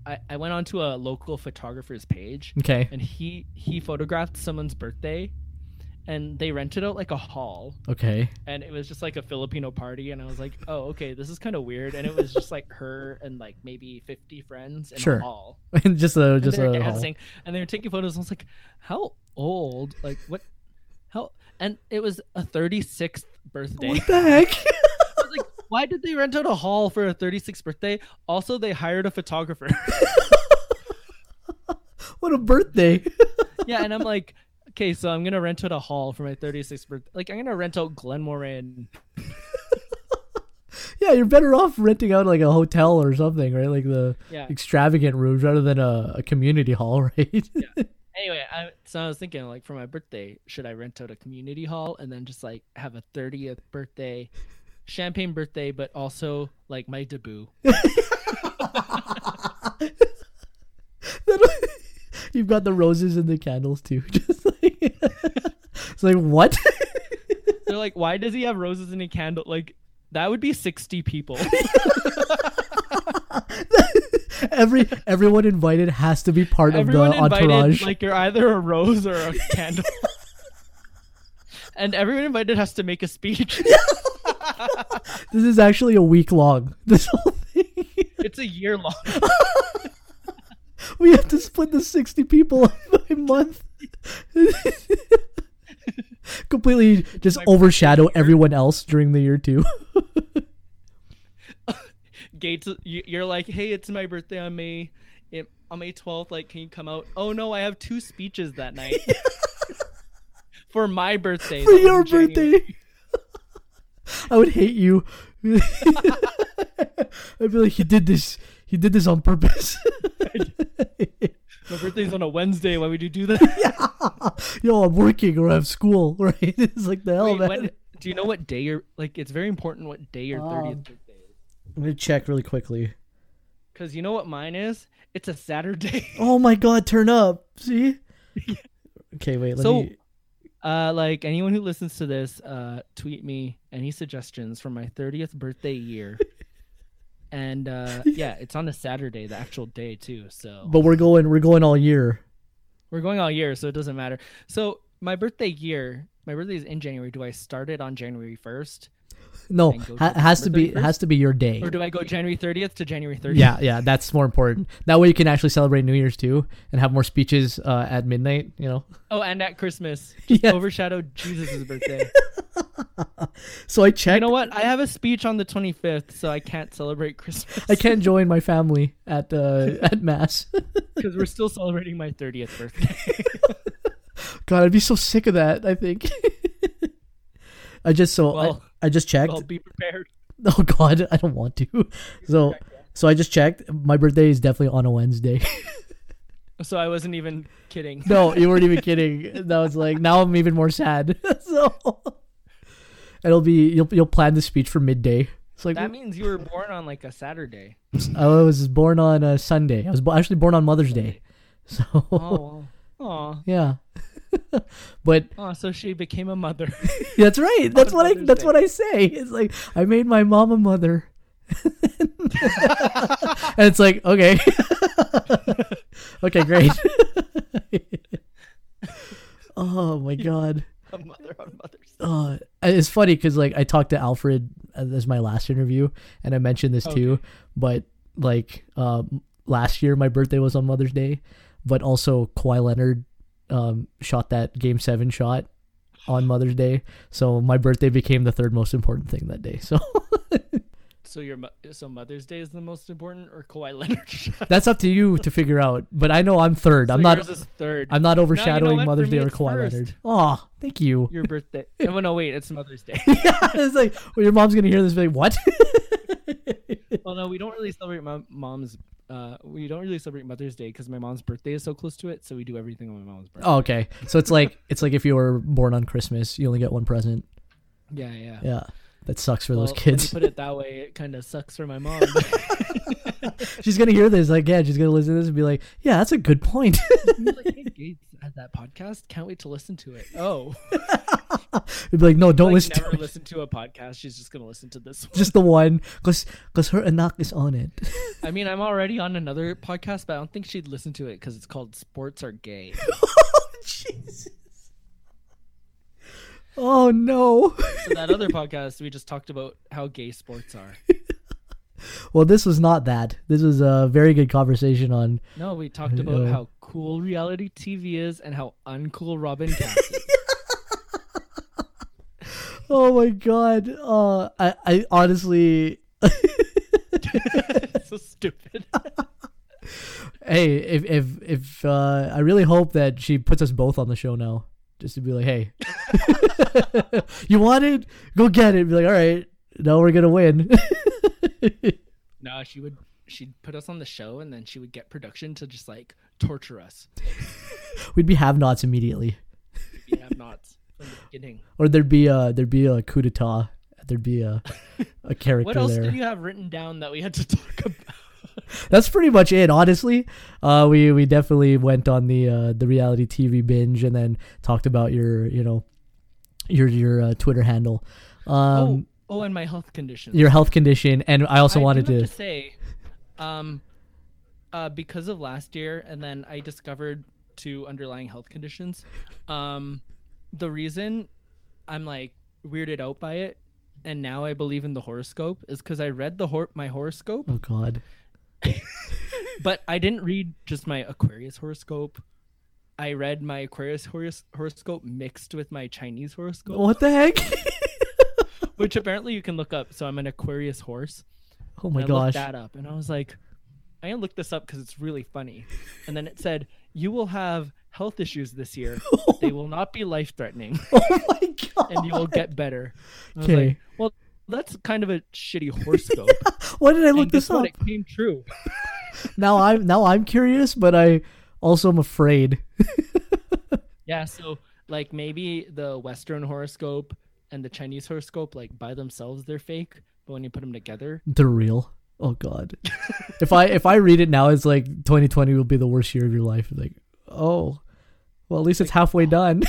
Speaker 2: I, I went onto a local photographer's page
Speaker 1: okay.
Speaker 2: and he he photographed someone's birthday and they rented out like a hall
Speaker 1: Okay. <laughs>
Speaker 2: and it was just like a Filipino party, and I was like, oh, okay, this is kind of weird. And it was just like her and like maybe fifty friends in
Speaker 1: Sure.
Speaker 2: a hall,
Speaker 1: And just a
Speaker 2: and
Speaker 1: just
Speaker 2: they were
Speaker 1: a hall.
Speaker 2: dancing, and they were taking photos. And I was like, how old? Like what? How? And it was a thirty sixth birthday.
Speaker 1: What the heck? <laughs>
Speaker 2: I was like, why did they rent out a hall for a thirty sixth birthday? Also, they hired a photographer. <laughs>
Speaker 1: what a birthday. <laughs>
Speaker 2: yeah, and I'm like. Okay, so I'm gonna rent out a hall for my 36th birthday. Like, I'm gonna rent out Glenmoran.
Speaker 1: yeah, you're better off renting out like a hotel or something, right? Like the
Speaker 2: Yeah.
Speaker 1: extravagant rooms rather than a, a community hall, <laughs> right?
Speaker 2: Anyway, I, so I was thinking, like, for my birthday, should I rent out a community hall and then just like have a 30th birthday, champagne birthday, but also like my debut?
Speaker 1: That- <laughs> You've got the roses and the candles too. <laughs> Just like it's like what? <laughs>
Speaker 2: They're like, why does he have roses and a candle? Like, that would be 60
Speaker 1: <laughs>
Speaker 2: people.
Speaker 1: Every everyone invited has to be part
Speaker 2: Everyone
Speaker 1: of the
Speaker 2: invited,
Speaker 1: entourage.
Speaker 2: like, you're either a rose or a
Speaker 1: <laughs>
Speaker 2: candle. and everyone invited has to make
Speaker 1: <laughs>
Speaker 2: a speech.
Speaker 1: this is actually a week long. <laughs> This whole thing. <laughs>
Speaker 2: it's a year long.
Speaker 1: We have to split the sixty people <laughs> up by month. Completely just
Speaker 2: My birthday
Speaker 1: overshadow everyone else during the year too.
Speaker 2: Gates, you- you're like, hey, it's my birthday on May, it, on May 12th. Like, can you come out? Oh no, I have two speeches that
Speaker 1: <laughs>
Speaker 2: night for my birthday.
Speaker 1: For
Speaker 2: that was
Speaker 1: your
Speaker 2: in January.
Speaker 1: birthday. <laughs> I would hate you. <laughs> I'd be like, he did this. He did this on purpose. <laughs>
Speaker 2: My birthday's on a Wednesday. Why would you
Speaker 1: <laughs>
Speaker 2: do that?
Speaker 1: Yo, I'm working or I have school, <laughs> right? It's like the hell,
Speaker 2: Wait,
Speaker 1: Oh, man.
Speaker 2: when, do you know what day your like? It's very important what day your
Speaker 1: Um.
Speaker 2: thirtieth birthday is.
Speaker 1: I'm gonna check really quickly.
Speaker 2: Because you know what mine is? It's a Saturday. <laughs>
Speaker 1: Oh my god, turn up. See? <laughs> Okay, wait, let
Speaker 2: So-
Speaker 1: me
Speaker 2: Uh, like anyone who listens to this, uh, tweet me any suggestions for my 30th birthday
Speaker 1: <laughs>
Speaker 2: year. and uh, yeah, it's on a Saturday, the actual day too. So
Speaker 1: But we're going we're going all year.
Speaker 2: we're going all year, so it doesn't matter. So my birthday year, my birthday is in January. Do I start it on January 1st,
Speaker 1: No,
Speaker 2: And go
Speaker 1: ha-
Speaker 2: to
Speaker 1: has to
Speaker 2: December
Speaker 1: be has to be your day.
Speaker 2: or do I go January 30th to January 30th?
Speaker 1: Yeah, yeah, that's more important. That way you can actually celebrate New Year's too and have more speeches uh, at midnight, you know.
Speaker 2: Oh, and at <laughs> Christmas, just
Speaker 1: Yeah.
Speaker 2: overshadowed Jesus' birthday.
Speaker 1: So I checked
Speaker 2: you know what? I have a speech on the 25th, so I can't celebrate Christmas.
Speaker 1: I can't join my family at
Speaker 2: <laughs>
Speaker 1: uh, at mass.
Speaker 2: because we're still celebrating my 30th birthday.
Speaker 1: God, I'd be so sick of that. I think. <laughs> I just so
Speaker 2: Well-
Speaker 1: I, I just checked.
Speaker 2: Well, be prepared.
Speaker 1: <laughs> oh God, I don't want to. <laughs> So so I just checked. My birthday is definitely on a Wednesday. <laughs>
Speaker 2: So I wasn't even kidding.
Speaker 1: no, you weren't even kidding. That was like now I'm even more sad. <laughs> so it'll be you'll you'll plan the speech for midday. It's like
Speaker 2: That means you were born on like a Saturday.
Speaker 1: I was born on a Sunday. I was bo- actually born on Mother's Day. <laughs> So
Speaker 2: Oh, oh,
Speaker 1: yeah. <laughs> but
Speaker 2: oh. So she became a mother.
Speaker 1: <laughs> That's right. That's what I.
Speaker 2: Mother's
Speaker 1: That's
Speaker 2: Day.
Speaker 1: what I say. It's like I made my mom a mother, <laughs> and it's like okay, <laughs> okay,
Speaker 2: <laughs>
Speaker 1: great. <laughs> oh my god.
Speaker 2: <laughs> a mother on Mother's Day.
Speaker 1: Uh, it's funny because like I talked to Alfred as my last interview, and I mentioned this too.
Speaker 2: Okay.
Speaker 1: But like um, last year, my birthday was on Mother's Day, but also Kawhi Leonard um, shot that Game Seven shot on Mother's Day, so my birthday became the third most important thing that day. So <laughs>
Speaker 2: So your mo- so Mother's Day is the most important, or Kawhi Leonard? <laughs> shot?
Speaker 1: that's up to you to figure out. But I know I'm third. I'm
Speaker 2: So
Speaker 1: not.
Speaker 2: yours is third.
Speaker 1: I'm not overshadowing
Speaker 2: what? For
Speaker 1: Mother's
Speaker 2: me,
Speaker 1: Day or
Speaker 2: it's
Speaker 1: Kawhi
Speaker 2: first.
Speaker 1: Leonard. Aw, thank you.
Speaker 2: <laughs> your birthday. Oh no, wait, it's Mother's Day.
Speaker 1: <laughs> it's like well, your mom's gonna hear this. and be Like what?
Speaker 2: well, no, we don't really celebrate my mom's. Uh, we don't really celebrate Mother's Day because my mom's birthday is so close to it. So we do everything on my mom's birthday.
Speaker 1: Oh, okay. So it's like it's like if you were born on Christmas, you only get one present.
Speaker 2: Yeah, yeah.
Speaker 1: Yeah. That sucks for
Speaker 2: Well,
Speaker 1: those
Speaker 2: when you
Speaker 1: kids.
Speaker 2: put it that way, it kind of sucks for my mom.
Speaker 1: <laughs>
Speaker 2: <laughs>
Speaker 1: she's gonna hear this like, yeah, she's gonna listen to this and be like, Yeah, that's a good point. <laughs>
Speaker 2: like, hey, Gates had that podcast. Can't wait to listen to it. Oh,
Speaker 1: It'd be like, No, don't
Speaker 2: <laughs> like,
Speaker 1: listen
Speaker 2: never
Speaker 1: to it.
Speaker 2: listen to a podcast. She's just gonna listen to this.
Speaker 1: <laughs>
Speaker 2: One.
Speaker 1: Just the one, cause, cause her anak is on it. <laughs>
Speaker 2: I mean, I'm already on another podcast, but I don't think she'd listen to it because it's called "Sports Are Gay."
Speaker 1: oh Jesus! Oh no! <laughs>
Speaker 2: So that other podcast, we just talked about how gay sports are.
Speaker 1: Well, this was not that. This was a very good conversation on.
Speaker 2: No, we talked about
Speaker 1: Yeah.
Speaker 2: how cool reality TV is and how uncool Robin Cass is.
Speaker 1: Oh my God! Uh, I, I honestly, <laughs>
Speaker 2: so stupid.
Speaker 1: hey, if if if uh, I really hope that she puts us both on the show now, just to be like, hey, <laughs> you want it? Go get it. Be like, all right, now we're gonna win. <laughs>
Speaker 2: No, she would. She'd put us on the show, and then she would get production to just like torture us.
Speaker 1: We'd be have nots immediately,
Speaker 2: We have nots from the beginning.
Speaker 1: or there'd be a there'd be a coup d'état. There'd be a a <laughs> character
Speaker 2: What else
Speaker 1: there.
Speaker 2: did you have written down that we had to talk about?
Speaker 1: That's pretty much it, honestly. Uh, we we definitely went on the uh, the reality TV binge and then talked about your you know your your uh, Twitter handle. Um,
Speaker 2: oh, oh, and my health condition.
Speaker 1: Your health condition, and I also
Speaker 2: I do
Speaker 1: wanted
Speaker 2: have
Speaker 1: to.
Speaker 2: to say, um, uh, because of last year, and then I discovered two underlying health conditions. Um, the reason I'm like weirded out by it, and now I believe in the horoscope, is because I read the hor- my horoscope,
Speaker 1: Oh God.
Speaker 2: but I didn't read just my Aquarius horoscope. I read my Aquarius horos- horoscope mixed with my Chinese horoscope,
Speaker 1: What the heck?
Speaker 2: which apparently you can look up. So I'm an Aquarius horse.
Speaker 1: <laughs> oh my
Speaker 2: I
Speaker 1: gosh.
Speaker 2: looked that up, and I was like, I looked this up because it's really funny. And then it said, "You will have health issues
Speaker 1: <laughs>
Speaker 2: this year. but they will not be life threatening,
Speaker 1: <laughs> Oh my god.
Speaker 2: and you will get better." I was
Speaker 1: Okay.
Speaker 2: like, well, that's kind of a shitty horoscope.
Speaker 1: <laughs> Why did <laughs> I look
Speaker 2: and guess
Speaker 1: this up?
Speaker 2: what? It came true.
Speaker 1: Now I'm now I'm curious, but I also am afraid.
Speaker 2: Yeah, so like maybe the Western horoscope and the Chinese horoscope, like by themselves, they're fake. But when you put them together,
Speaker 1: They're real. Oh <laughs> god. if I if I read it now, it's like 2020 will be the worst year of your life. Like, oh, well at least it's
Speaker 2: oh.
Speaker 1: halfway done.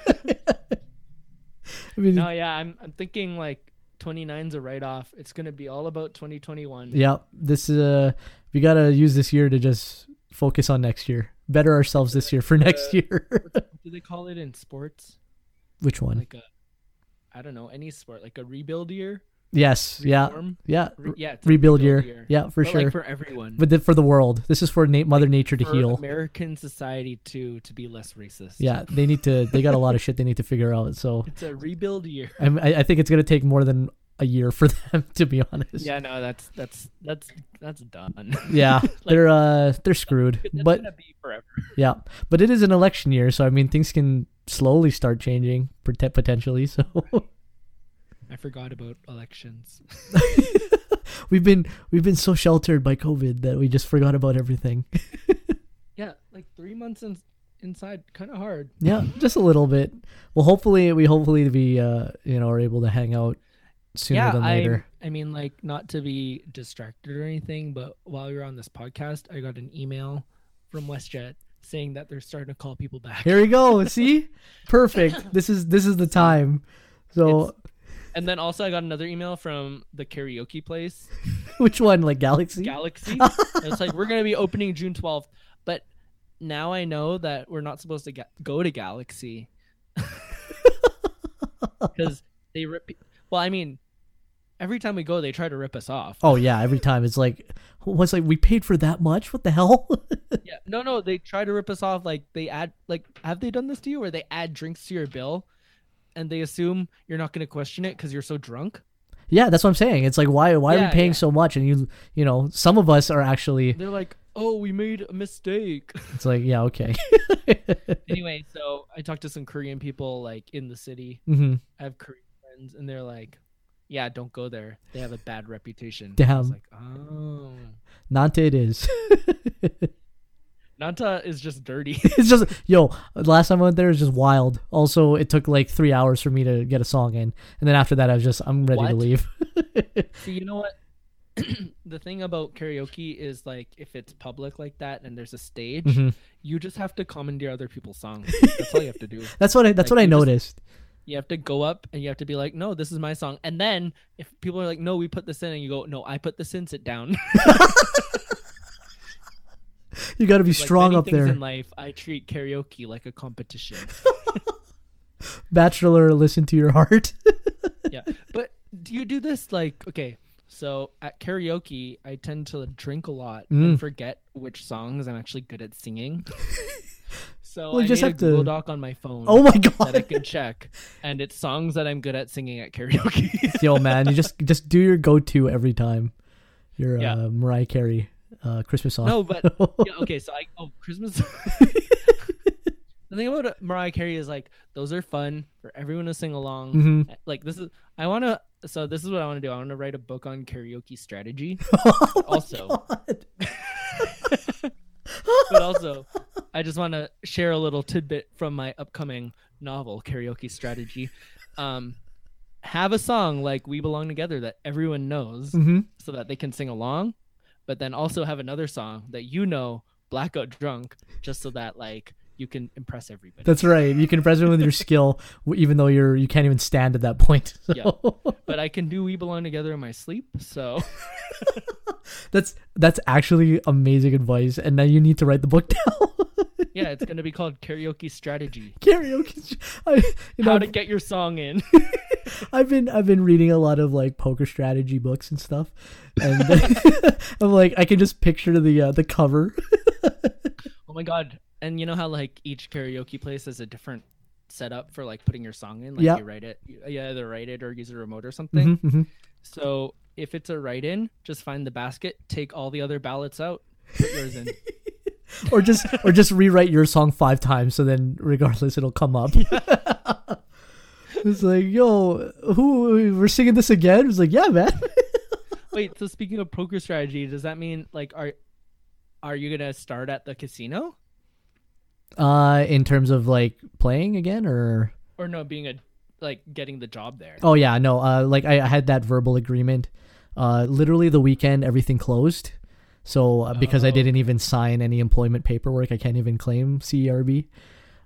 Speaker 1: <laughs> I mean,
Speaker 2: no, yeah, I'm I'm thinking like 29's a write off. It's gonna be all about 2021.
Speaker 1: yeah, this is uh, we gotta use this year to just focus on next year, better ourselves this year for
Speaker 2: Uh,
Speaker 1: next
Speaker 2: <laughs>
Speaker 1: year.
Speaker 2: Do they call it in sports?
Speaker 1: Which one?
Speaker 2: Like a, I don't know, any sport, like a rebuild year.
Speaker 1: yes, yeah,
Speaker 2: Reform?
Speaker 1: yeah,
Speaker 2: Re- yeah, it's a
Speaker 1: rebuild year. yeah, for
Speaker 2: But,
Speaker 1: sure.
Speaker 2: Like for everyone,
Speaker 1: but then for the world, this is for na- Mother Nature to
Speaker 2: for
Speaker 1: heal.
Speaker 2: American society to to be less racist.
Speaker 1: Yeah, they need to. They got a lot of shit they need to figure out.
Speaker 2: <laughs>
Speaker 1: So
Speaker 2: it's a
Speaker 1: <laughs>
Speaker 2: rebuild year.
Speaker 1: I'm, I, I think it's gonna take more than a year for <laughs> them, to be honest.
Speaker 2: Yeah, no, that's that's that's that's done.
Speaker 1: Yeah, they're uh they're screwed.
Speaker 2: <laughs> That's
Speaker 1: But
Speaker 2: gonna be forever.
Speaker 1: yeah, but it is an election year, so I mean things can slowly start changing pot- potentially. <laughs> So
Speaker 2: I forgot about elections. <laughs>
Speaker 1: we've been we've been so sheltered by COVID that we just forgot about everything. <laughs>
Speaker 2: Yeah, like three months in, inside, kind of hard.
Speaker 1: Yeah, just a little bit. Well, hopefully we hopefully we uh you know are able to hang out sooner
Speaker 2: yeah,
Speaker 1: than later.
Speaker 2: I, I mean, like not to be distracted or anything, but while we were on this podcast, I got an email from WestJet saying that they're starting to call people back,
Speaker 1: Here we go. See, perfect. This is this is the time. So.
Speaker 2: It's- and then also I got another email from the karaoke place,
Speaker 1: <laughs> Which one? Like Galaxy? <laughs>
Speaker 2: Galaxy. And it's like we're gonna be opening June twelfth, but now I know that we're not supposed to ga- go to Galaxy
Speaker 1: <laughs>
Speaker 2: <laughs> because they rip. Well, I mean, every time we go, they try to rip us off.
Speaker 1: oh yeah, every time it's like what's like we paid for that much? What the hell? <laughs>
Speaker 2: Yeah, no, no, they try to rip us off. Like they add, like, have they done this to you, where they add drinks to your bill, and they assume you're not going to question it because you're so drunk?
Speaker 1: yeah, that's what I'm saying. It's like why why are
Speaker 2: Yeah,
Speaker 1: we paying
Speaker 2: yeah.
Speaker 1: so much? And you you know, some of us are actually
Speaker 2: They're like, oh, we made a mistake. <laughs>
Speaker 1: it's like, yeah, okay. <laughs>
Speaker 2: anyway, so I talked to some Korean people like in the city.
Speaker 1: hmm
Speaker 2: I have Korean friends, and they're like, yeah, don't go there. They have a bad reputation. I
Speaker 1: Damn.
Speaker 2: was like, oh,
Speaker 1: Nante it is. <laughs>
Speaker 2: Nanta is just dirty.
Speaker 1: it's just yo, last time I went there it was just wild. Also, it took like three hours for me to get a song in. And then after that I was just I'm ready to
Speaker 2: What?
Speaker 1: leave. <laughs>
Speaker 2: See, you know what? <clears throat> the thing about karaoke is like if it's public like that and there's a stage,
Speaker 1: Mhm.
Speaker 2: you just have to commandeer other
Speaker 1: <laughs>
Speaker 2: people's songs. That's all you have to do.
Speaker 1: That's what I that's
Speaker 2: Like,
Speaker 1: what I
Speaker 2: you just-
Speaker 1: noticed.
Speaker 2: You have to go up and you have to be like, "No, this is my song." And then if people are like, "No, we put this in," and you go, "No, I put this in," sit down. <laughs>
Speaker 1: you gotta be
Speaker 2: Like
Speaker 1: strong
Speaker 2: many
Speaker 1: up
Speaker 2: things
Speaker 1: there.
Speaker 2: In life, I treat karaoke like a competition.
Speaker 1: Bachelor, listen to your heart. <laughs>
Speaker 2: yeah, but do you do this like okay? So at karaoke, I tend to drink a lot
Speaker 1: Mm.
Speaker 2: and forget which songs I'm actually good at
Speaker 1: <laughs>
Speaker 2: singing. So
Speaker 1: Well, you
Speaker 2: I
Speaker 1: just
Speaker 2: made
Speaker 1: have
Speaker 2: a
Speaker 1: to-
Speaker 2: Google Doc on my phone.
Speaker 1: oh my
Speaker 2: that I
Speaker 1: god.
Speaker 2: can check, and it's songs that I'm good at singing at karaoke. <laughs>
Speaker 1: Yo, man, you just just do your go-to every time. Your
Speaker 2: Yeah.
Speaker 1: uh, Mariah Carey uh, Christmas song. <laughs>
Speaker 2: no, but yeah, okay. So I oh Christmas. the thing about uh, Mariah Carey is like those are fun for everyone to sing along.
Speaker 1: <laughs>
Speaker 2: Eh,
Speaker 1: Mhm.
Speaker 2: Like this is I want to. So this is what I want to do. I want to write a book on karaoke
Speaker 1: <laughs>
Speaker 2: strategy. also,
Speaker 1: Oh God.
Speaker 2: but also, I just want to share a little tidbit from my upcoming novel, Karaoke Strategy. Um, have a song like "We Belong Together" that everyone knows.
Speaker 1: Mhm.
Speaker 2: so that they can sing along, but then also have another song that you know, blackout drunk, just so that like you can impress everybody.
Speaker 1: That's right. You can impress them with your skill, w- even though you're you can't even stand at that point. <laughs> So,
Speaker 2: but I can do "We Belong Together" in my sleep, so
Speaker 1: that's that's actually amazing advice. And now you need to write the book <laughs> down.
Speaker 2: yeah, it's gonna be called karaoke strategy.
Speaker 1: Karaoke. I, <laughs> you know,
Speaker 2: How to get your song in?
Speaker 1: I've been I've been reading a lot of like poker strategy books and stuff, and <laughs> I'm like I can just picture the uh, the cover.
Speaker 2: Oh my god! And you know how like each karaoke place has a different setup for like putting your song in. Like
Speaker 1: Yeah.
Speaker 2: you write it, you you either write it or use a remote or something.
Speaker 1: Mhm, mhm.
Speaker 2: So if it's a write-in, just find the basket, take all the other ballots out, put yours
Speaker 1: <laughs>
Speaker 2: in.
Speaker 1: <laughs> or just <laughs> or just rewrite your song five times so then regardless it'll come up was like, "Yo, who we're singing this again?" It was like, "Yeah, man."
Speaker 2: Wait, so speaking of poker strategy, does that mean like are are you gonna start at the casino
Speaker 1: Uh, in terms of like playing again, or
Speaker 2: or no being a like getting the job there?
Speaker 1: oh yeah, no, uh, like I, I had that verbal agreement. Uh, literally the weekend everything closed, so uh, because I
Speaker 2: Oh.
Speaker 1: didn't even sign any employment paperwork, I can't even claim CERB.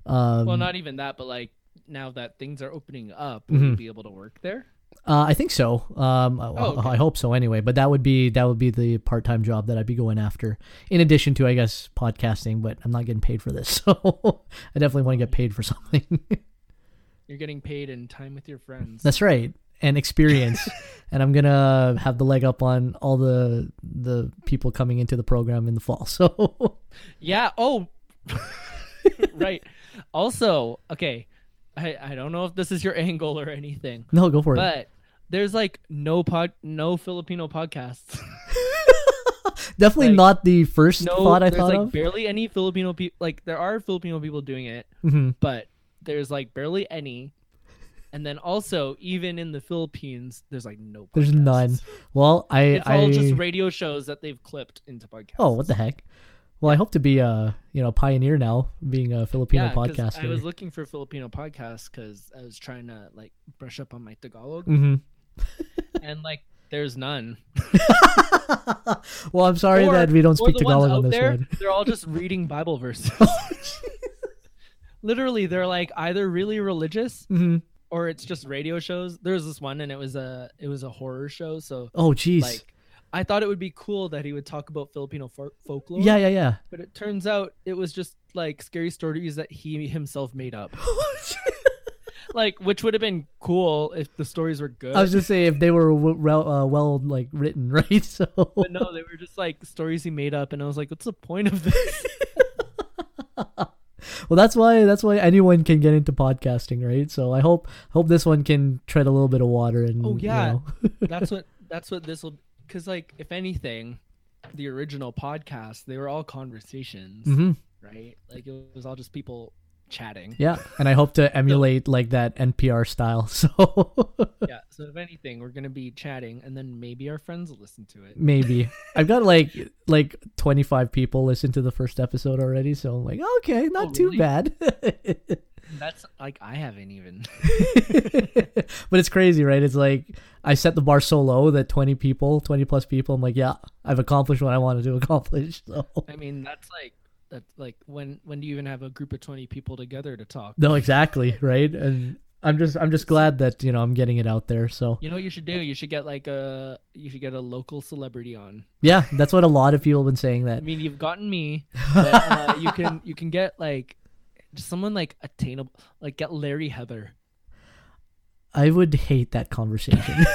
Speaker 1: Um,
Speaker 2: well, not even that, but like now that things are opening up, will
Speaker 1: Mm-hmm.
Speaker 2: you be able to work there?
Speaker 1: Uh, I think so. Um, I-
Speaker 2: Oh, okay.
Speaker 1: I hope so. Anyway, but that would be that would be the part time job that I'd be going after, in addition to I guess podcasting. But I'm not getting paid for this, <laughs> so I definitely want to get paid for something.
Speaker 2: You're getting paid in time with your friends.
Speaker 1: That's right, and
Speaker 2: <laughs>
Speaker 1: experience. and I'm gonna have the leg up on all the the people coming into the program in the fall. <laughs> So
Speaker 2: Yeah. Oh, <laughs> right. Also, okay. I, I don't know if this is your <laughs> angle or anything,
Speaker 1: no, go for it.
Speaker 2: but there's like no pod, no Filipino podcasts.
Speaker 1: definitely
Speaker 2: like,
Speaker 1: not the first
Speaker 2: <laughs> No,
Speaker 1: thought I
Speaker 2: there's
Speaker 1: thought
Speaker 2: like
Speaker 1: of.
Speaker 2: barely any Filipino people. Like there are Filipino people doing it,
Speaker 1: hmm
Speaker 2: but there's like barely any. And then also, even in the Philippines, there's like no. Podcasts.
Speaker 1: There's none. Well, I
Speaker 2: It's all
Speaker 1: I-
Speaker 2: just radio shows that they've clipped into podcasts.
Speaker 1: Oh, what the heck? Well, I hope to be a you know pioneer now, being a Filipino
Speaker 2: 'cause
Speaker 1: podcaster.
Speaker 2: I was looking for Filipino podcasts because I was trying to like brush up on my
Speaker 1: <laughs>
Speaker 2: Tagalog,
Speaker 1: hmm
Speaker 2: and like there's none.
Speaker 1: well, I'm sorry
Speaker 2: Or-
Speaker 1: that we don't
Speaker 2: or
Speaker 1: speak
Speaker 2: the ones
Speaker 1: Tagalog on
Speaker 2: out
Speaker 1: this
Speaker 2: there,
Speaker 1: one. Oh,
Speaker 2: They're
Speaker 1: <laughs>
Speaker 2: all just reading Bible verses. <laughs> Literally, they're like either really religious
Speaker 1: hmm
Speaker 2: or it's just radio shows. There was this one, and it was a it was a horror show. So
Speaker 1: Oh, jeez.
Speaker 2: like, I thought it would be cool that he would talk about Filipino fol- folklore.
Speaker 1: yeah, yeah, yeah.
Speaker 2: but it turns out it was just like scary stories that he himself made
Speaker 1: <laughs>
Speaker 2: up. <laughs> like which would have been cool if the stories were good
Speaker 1: I was just saying if they were w- well, uh, well like written, <laughs> right? So
Speaker 2: but no they were just like stories he made up and i was like what's the point
Speaker 1: <laughs>
Speaker 2: of this
Speaker 1: well, that's why that's why anyone can get into podcasting, right? So I hope hope this one can tread a little bit of water and
Speaker 2: Oh,
Speaker 1: you
Speaker 2: yeah. <laughs>
Speaker 1: know.
Speaker 2: that's what that's what this will because like if anything the original podcast they were all conversations
Speaker 1: Mhm.
Speaker 2: right like it was all just people chatting
Speaker 1: yeah, and I hope to emulate like that NPR style. <laughs> So
Speaker 2: yeah so if anything we're gonna be chatting and then maybe our friends will listen to it
Speaker 1: maybe i've got like like 25 people listen to the first episode already so i'm like okay not
Speaker 2: Oh,
Speaker 1: too
Speaker 2: really?
Speaker 1: bad <laughs> Mm-hmm.
Speaker 2: that's like i haven't even
Speaker 1: but it's crazy right it's like i set the bar so low that 20 people 20 plus people i'm like yeah i've accomplished what i wanted to accomplish <laughs> so
Speaker 2: i mean that's like that's like when when do you even have a group of 20 people together to talk
Speaker 1: no exactly right and i'm just i'm just glad that you know i'm getting it out there so
Speaker 2: You know what you should do? You should get like a you should get a local celebrity on.
Speaker 1: yeah that's what a lot of people have been saying
Speaker 2: I
Speaker 1: that
Speaker 2: mean, you've gotten me. But, uh, you
Speaker 1: <laughs>
Speaker 2: can you can get like just someone like attainable, like get Larry Heather.
Speaker 1: I would hate that conversation. <laughs>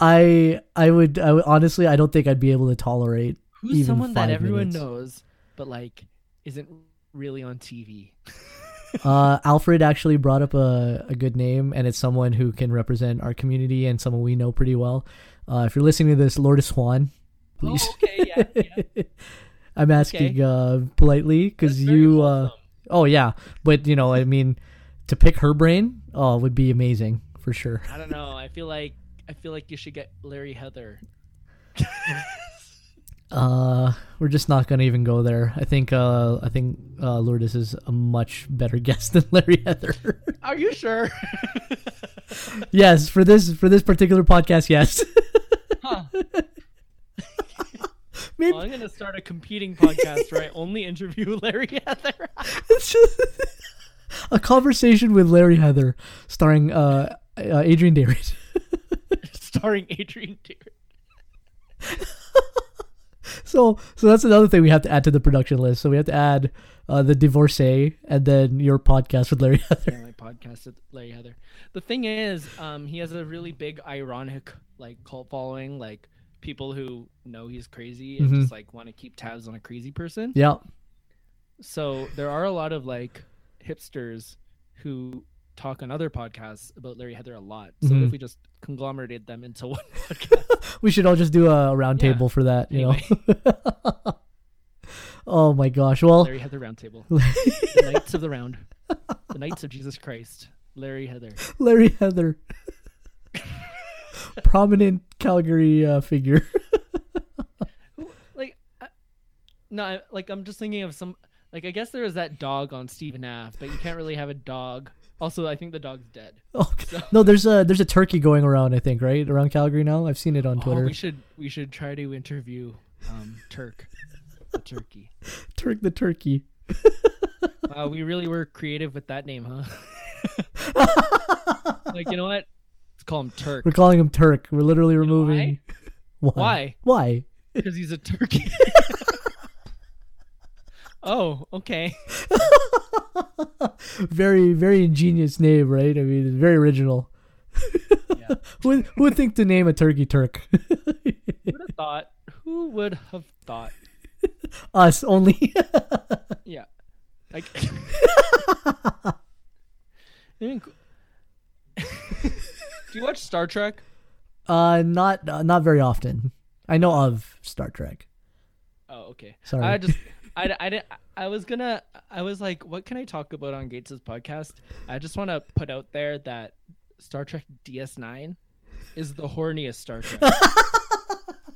Speaker 1: I I would I would, honestly I don't think I'd be able to tolerate.
Speaker 2: Who's
Speaker 1: Even
Speaker 2: someone that
Speaker 1: five
Speaker 2: everyone
Speaker 1: minutes.
Speaker 2: knows, but like isn't really on TV.
Speaker 1: Uh, Alfred actually brought up a, a good name, and it's someone who can represent our community and someone we know pretty well. Uh, if you're listening to this, Lorda Swan, please.
Speaker 2: Oh, okay, yeah,
Speaker 1: <laughs>
Speaker 2: yeah.
Speaker 1: I'm asking uh, politely because
Speaker 2: That's very
Speaker 1: you. Uh,
Speaker 2: wholesome.
Speaker 1: oh yeah, but you know I mean, to pick her brain, oh, would be amazing for sure.
Speaker 2: I don't know. I feel like I feel like you should get Larry Heather.
Speaker 1: Uh, we're just not gonna even go there. I think uh, I think uh, Lourdes is a much better <laughs> guest than Larry Heather. <laughs>
Speaker 2: Are you sure? <laughs>
Speaker 1: yes, for this for this particular podcast, yes. <laughs>
Speaker 2: Huh.
Speaker 1: Maybe
Speaker 2: Well, I'm gonna start a competing podcast where I only interview <laughs> Larry Heather.
Speaker 1: it's just a conversation with Larry Heather, starring uh, uh Adrian David. <laughs>
Speaker 2: starring Adrian Deere.
Speaker 1: so so that's another thing we have to add to the production list. So we have to add uh, the divorcee and then your podcast with Larry Heather. <laughs>
Speaker 2: Yeah, my podcast with Larry Heather. The thing is, um, he has a really big ironic like cult following, like people who know he's crazy and
Speaker 1: Mhm.
Speaker 2: just like want to keep tabs on a crazy person.
Speaker 1: Yeah,
Speaker 2: So there are a lot of like hipsters who talk on other podcasts about Larry Heather a lot. So what
Speaker 1: Mhm.
Speaker 2: if we just conglomerated them into <laughs> one podcast?
Speaker 1: we should all just do a round
Speaker 2: Yeah.
Speaker 1: table for that. You
Speaker 2: Anyway,
Speaker 1: know. <laughs> oh my gosh! Well. <laughs>
Speaker 2: Larry Heather Roundtable. the Knights of the Round. the Knights of Jesus Christ, Larry Heather.
Speaker 1: Larry Heather, <laughs> prominent Calgary uh, figure. <laughs>
Speaker 2: Like, I, no, I, like I'm just thinking of some. Like, I guess there was that dog on Stephen Ave, but you can't really have a dog. Also, I think the dog's dead.
Speaker 1: Oh no, there's a there's a turkey going around. I think right around Calgary now. I've seen it on
Speaker 2: Oh,
Speaker 1: Twitter.
Speaker 2: we should we should try to interview um, Turk, the turkey.
Speaker 1: Turk the turkey.
Speaker 2: Wow, we really were creative with that name,
Speaker 1: <laughs>
Speaker 2: huh? like, you know what? Let's call him Turk.
Speaker 1: We're calling him Turk. We're literally removing.
Speaker 2: Why?
Speaker 1: <laughs> Why?
Speaker 2: Because he's a turkey. <laughs> oh, okay.
Speaker 1: <laughs> Very very ingenious name, right? I mean, very original.
Speaker 2: Yeah.
Speaker 1: <laughs> Who would- who would think to name a turkey Turk? <laughs>
Speaker 2: Who would have thought? Who would have thought?
Speaker 1: Us only.
Speaker 2: Yeah. Like. Even co- Do you watch Star Trek?
Speaker 1: Uh, not uh, not very often. I know of Star Trek.
Speaker 2: Oh, okay.
Speaker 1: Sorry.
Speaker 2: I just, I, I, didn't- I was gonna, I was like, what can I talk about on Gates' podcast? I just want to put out there that Star Trek DS9 is the horniest Star Trek.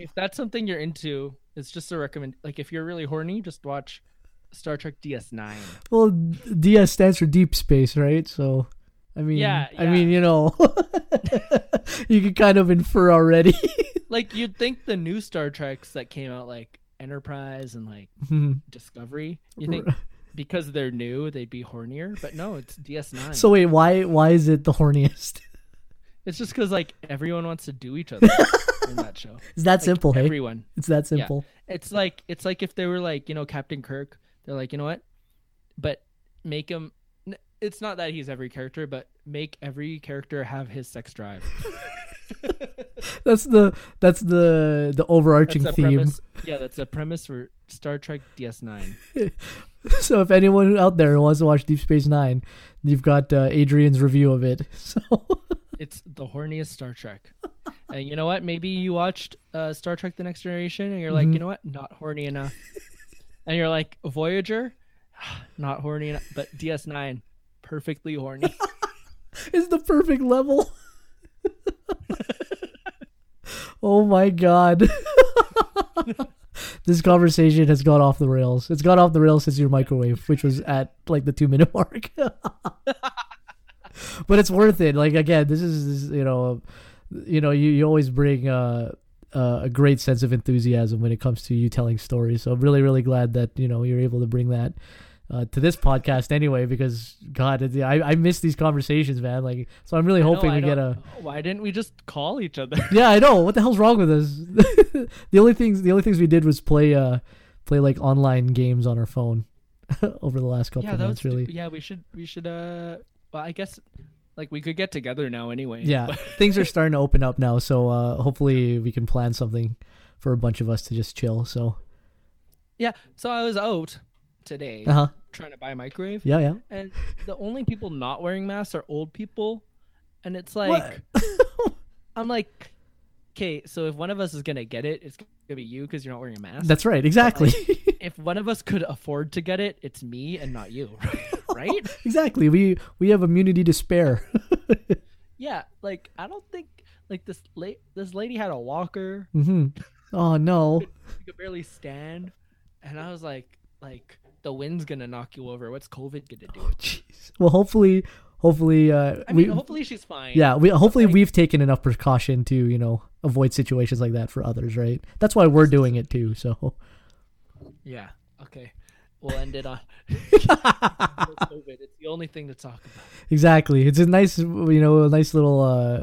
Speaker 2: if that's something you're into, it's just a recommend. Like, if you're really horny, just watch Star Trek DS9.
Speaker 1: Well, DS stands for deep space, right? So, I mean,
Speaker 2: Yeah,
Speaker 1: I
Speaker 2: yeah.
Speaker 1: mean, you know, <laughs> you can kind of infer already. <laughs>
Speaker 2: Like, you'd think the new Star Treks that came out, like Enterprise and like
Speaker 1: Hmm.
Speaker 2: Discovery, you think because they're new, they'd be hornier, but no, it's DS9.
Speaker 1: so wait, why why is it the horniest? <laughs>
Speaker 2: It's just because like everyone wants to do each other in that show.
Speaker 1: It's that simple, hey?
Speaker 2: Everyone.
Speaker 1: It's that simple.
Speaker 2: It's like it's like if they were like you know Captain Kirk, they're like you know what, but make him. n- It's not that he's every character, but make every character have his sex drive.
Speaker 1: That's the that's the the overarching
Speaker 2: a
Speaker 1: theme.
Speaker 2: premise. Yeah, that's a premise for Star Trek DS9.
Speaker 1: <laughs> So if anyone out there wants to watch Deep Space Nine, you've got uh, Adrian's review of it. <laughs> So
Speaker 2: It's the horniest Star Trek. <laughs> And you know what? Maybe you watched uh, Star Trek: The Next Generation, and you're
Speaker 1: Mm-hmm.
Speaker 2: like, you know what? Not horny enough. <laughs> and you're like, Voyager, <sighs> not horny enough. But DS9, perfectly
Speaker 1: <laughs>
Speaker 2: horny.
Speaker 1: it's the perfect level. oh my god. <laughs> this conversation has gone off the rails. It's gone off the rails since your microwave, which was at like the two minute <laughs> mark. but it's worth it. Like again, this is, this is, you know, you know, you, you always bring uh, uh, a great sense of enthusiasm when it comes to you telling stories. So I'm really really glad that you know you're able to bring that uh, to this podcast anyway. Because God, it's, I I miss these conversations, man. Like so, I'm really hoping
Speaker 2: No, I
Speaker 1: we get a
Speaker 2: don't- Why didn't we just call each
Speaker 1: <laughs>
Speaker 2: other?
Speaker 1: yeah, I know. What the hell's wrong with us? <laughs> the only things the only things we did was play uh play like online games on our phone <laughs> over the last couple
Speaker 2: yeah, that
Speaker 1: months
Speaker 2: was
Speaker 1: really.
Speaker 2: Yeah, we should. We should. Uh, well, I guess like we could get together now anyway.
Speaker 1: Yeah. <laughs> things
Speaker 2: <laughs>
Speaker 1: are starting to open up now, so uh hopefully we can plan something for a bunch of us to just chill. So
Speaker 2: Yeah. So I was out today
Speaker 1: uh huh.
Speaker 2: trying to buy a microwave.
Speaker 1: Yeah, yeah.
Speaker 2: and the only people not wearing masks are old people and it's like i'm like okay so if one of us is gonna get it it's gonna be you because you're not wearing a mask
Speaker 1: <laughs> That's right, exactly.
Speaker 2: if one of us could afford to get it it's me and not you <laughs> right
Speaker 1: <laughs> <laughs> exactly. We we have immunity to spare. <laughs>
Speaker 2: yeah like i don't think like this la- this lady had a walker
Speaker 1: hmm Oh
Speaker 2: <laughs>
Speaker 1: no.
Speaker 2: she could barely stand and i was like like the wind's gonna knock you over what's covid gonna do
Speaker 1: Jeez. Well hopefully hopefully uh
Speaker 2: i mean
Speaker 1: we
Speaker 2: hopefully she's fine
Speaker 1: Yeah, we hopefully
Speaker 2: like-
Speaker 1: we've taken enough precaution to you know avoid situations like that for others, right? That's why we're doing it too. So <laughs>
Speaker 2: yeah okay we'll end it on
Speaker 1: <laughs>
Speaker 2: covid it's the only thing to talk about
Speaker 1: exactly, it's a nice you know a nice little uh,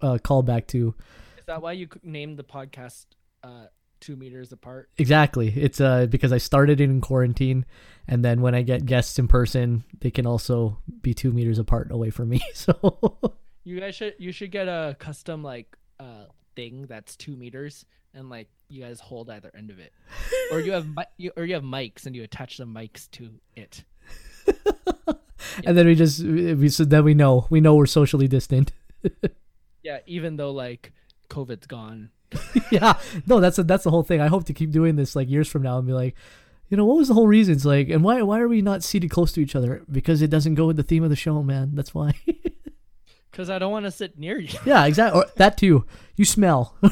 Speaker 1: uh callback to
Speaker 2: Is that why you c- named the podcast uh, Two Meters Apart?
Speaker 1: exactly. It's uh because I started it in quarantine, and then when I get guests in person, they can also be two meters apart away from me. <laughs> So
Speaker 2: You guys should you should get a custom like uh, thing that's two meters and like you guys hold either end of it, or you have mi- you, or you have mics and you attach the mics to it.
Speaker 1: and then we just we so then we know we know we're socially distant.
Speaker 2: Yeah, even though like COVID's gone.
Speaker 1: <laughs> yeah, no, that's a, that's the whole thing. I hope to keep doing this like years from now and be like, you know, what was the whole reason? It's like, and why why are we not seated close to each other? Because it doesn't go with the theme of the show, man. That's why. <laughs>
Speaker 2: Because I don't want to sit near you.
Speaker 1: yeah, exactly. Or that too. You smell. <laughs>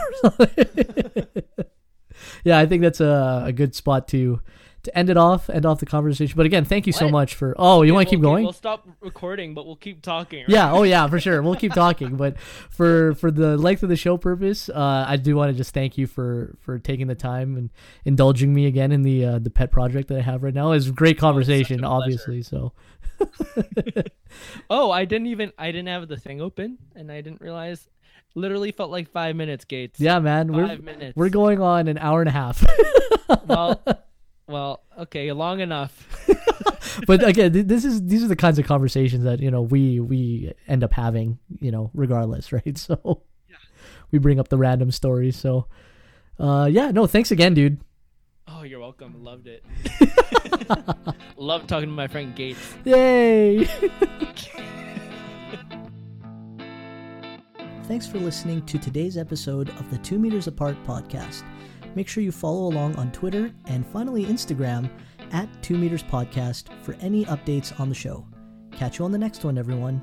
Speaker 1: yeah, I think that's a, a good spot to to end it off, end off the conversation. But again, thank you so
Speaker 2: What?
Speaker 1: much for. Oh, you
Speaker 2: Yeah,
Speaker 1: want to keep
Speaker 2: we'll-
Speaker 1: going?
Speaker 2: We'll stop recording, but we'll keep talking. right?
Speaker 1: yeah oh yeah for sure we'll keep talking but for for the length of the show purpose uh, i do want to just thank you for for taking the time and indulging me again in the uh, the pet project that i have right now it's a
Speaker 2: Oh,
Speaker 1: great conversation
Speaker 2: pleasure.
Speaker 1: obviously so
Speaker 2: Oh, I didn't even. I didn't have the thing open, and I didn't realize. Literally felt like five minutes, Gates.
Speaker 1: yeah man we're
Speaker 2: Five minutes.
Speaker 1: we're going on an hour and a half <laughs>
Speaker 2: Well, well, okay, long enough.
Speaker 1: but again th- this is these are the kinds of conversations that you know we we end up having you know regardless <laughs> right so we bring up the random stories so uh yeah no thanks again dude <laughs>
Speaker 2: Oh, you're welcome. Loved it. Love talking to my friend Gates.
Speaker 1: Yay! Thanks for listening to today's episode of the Two Meters Apart podcast. Make sure you follow along on Twitter and finally Instagram at Two Meters Podcast for any updates on the show. Catch you on the next one, everyone.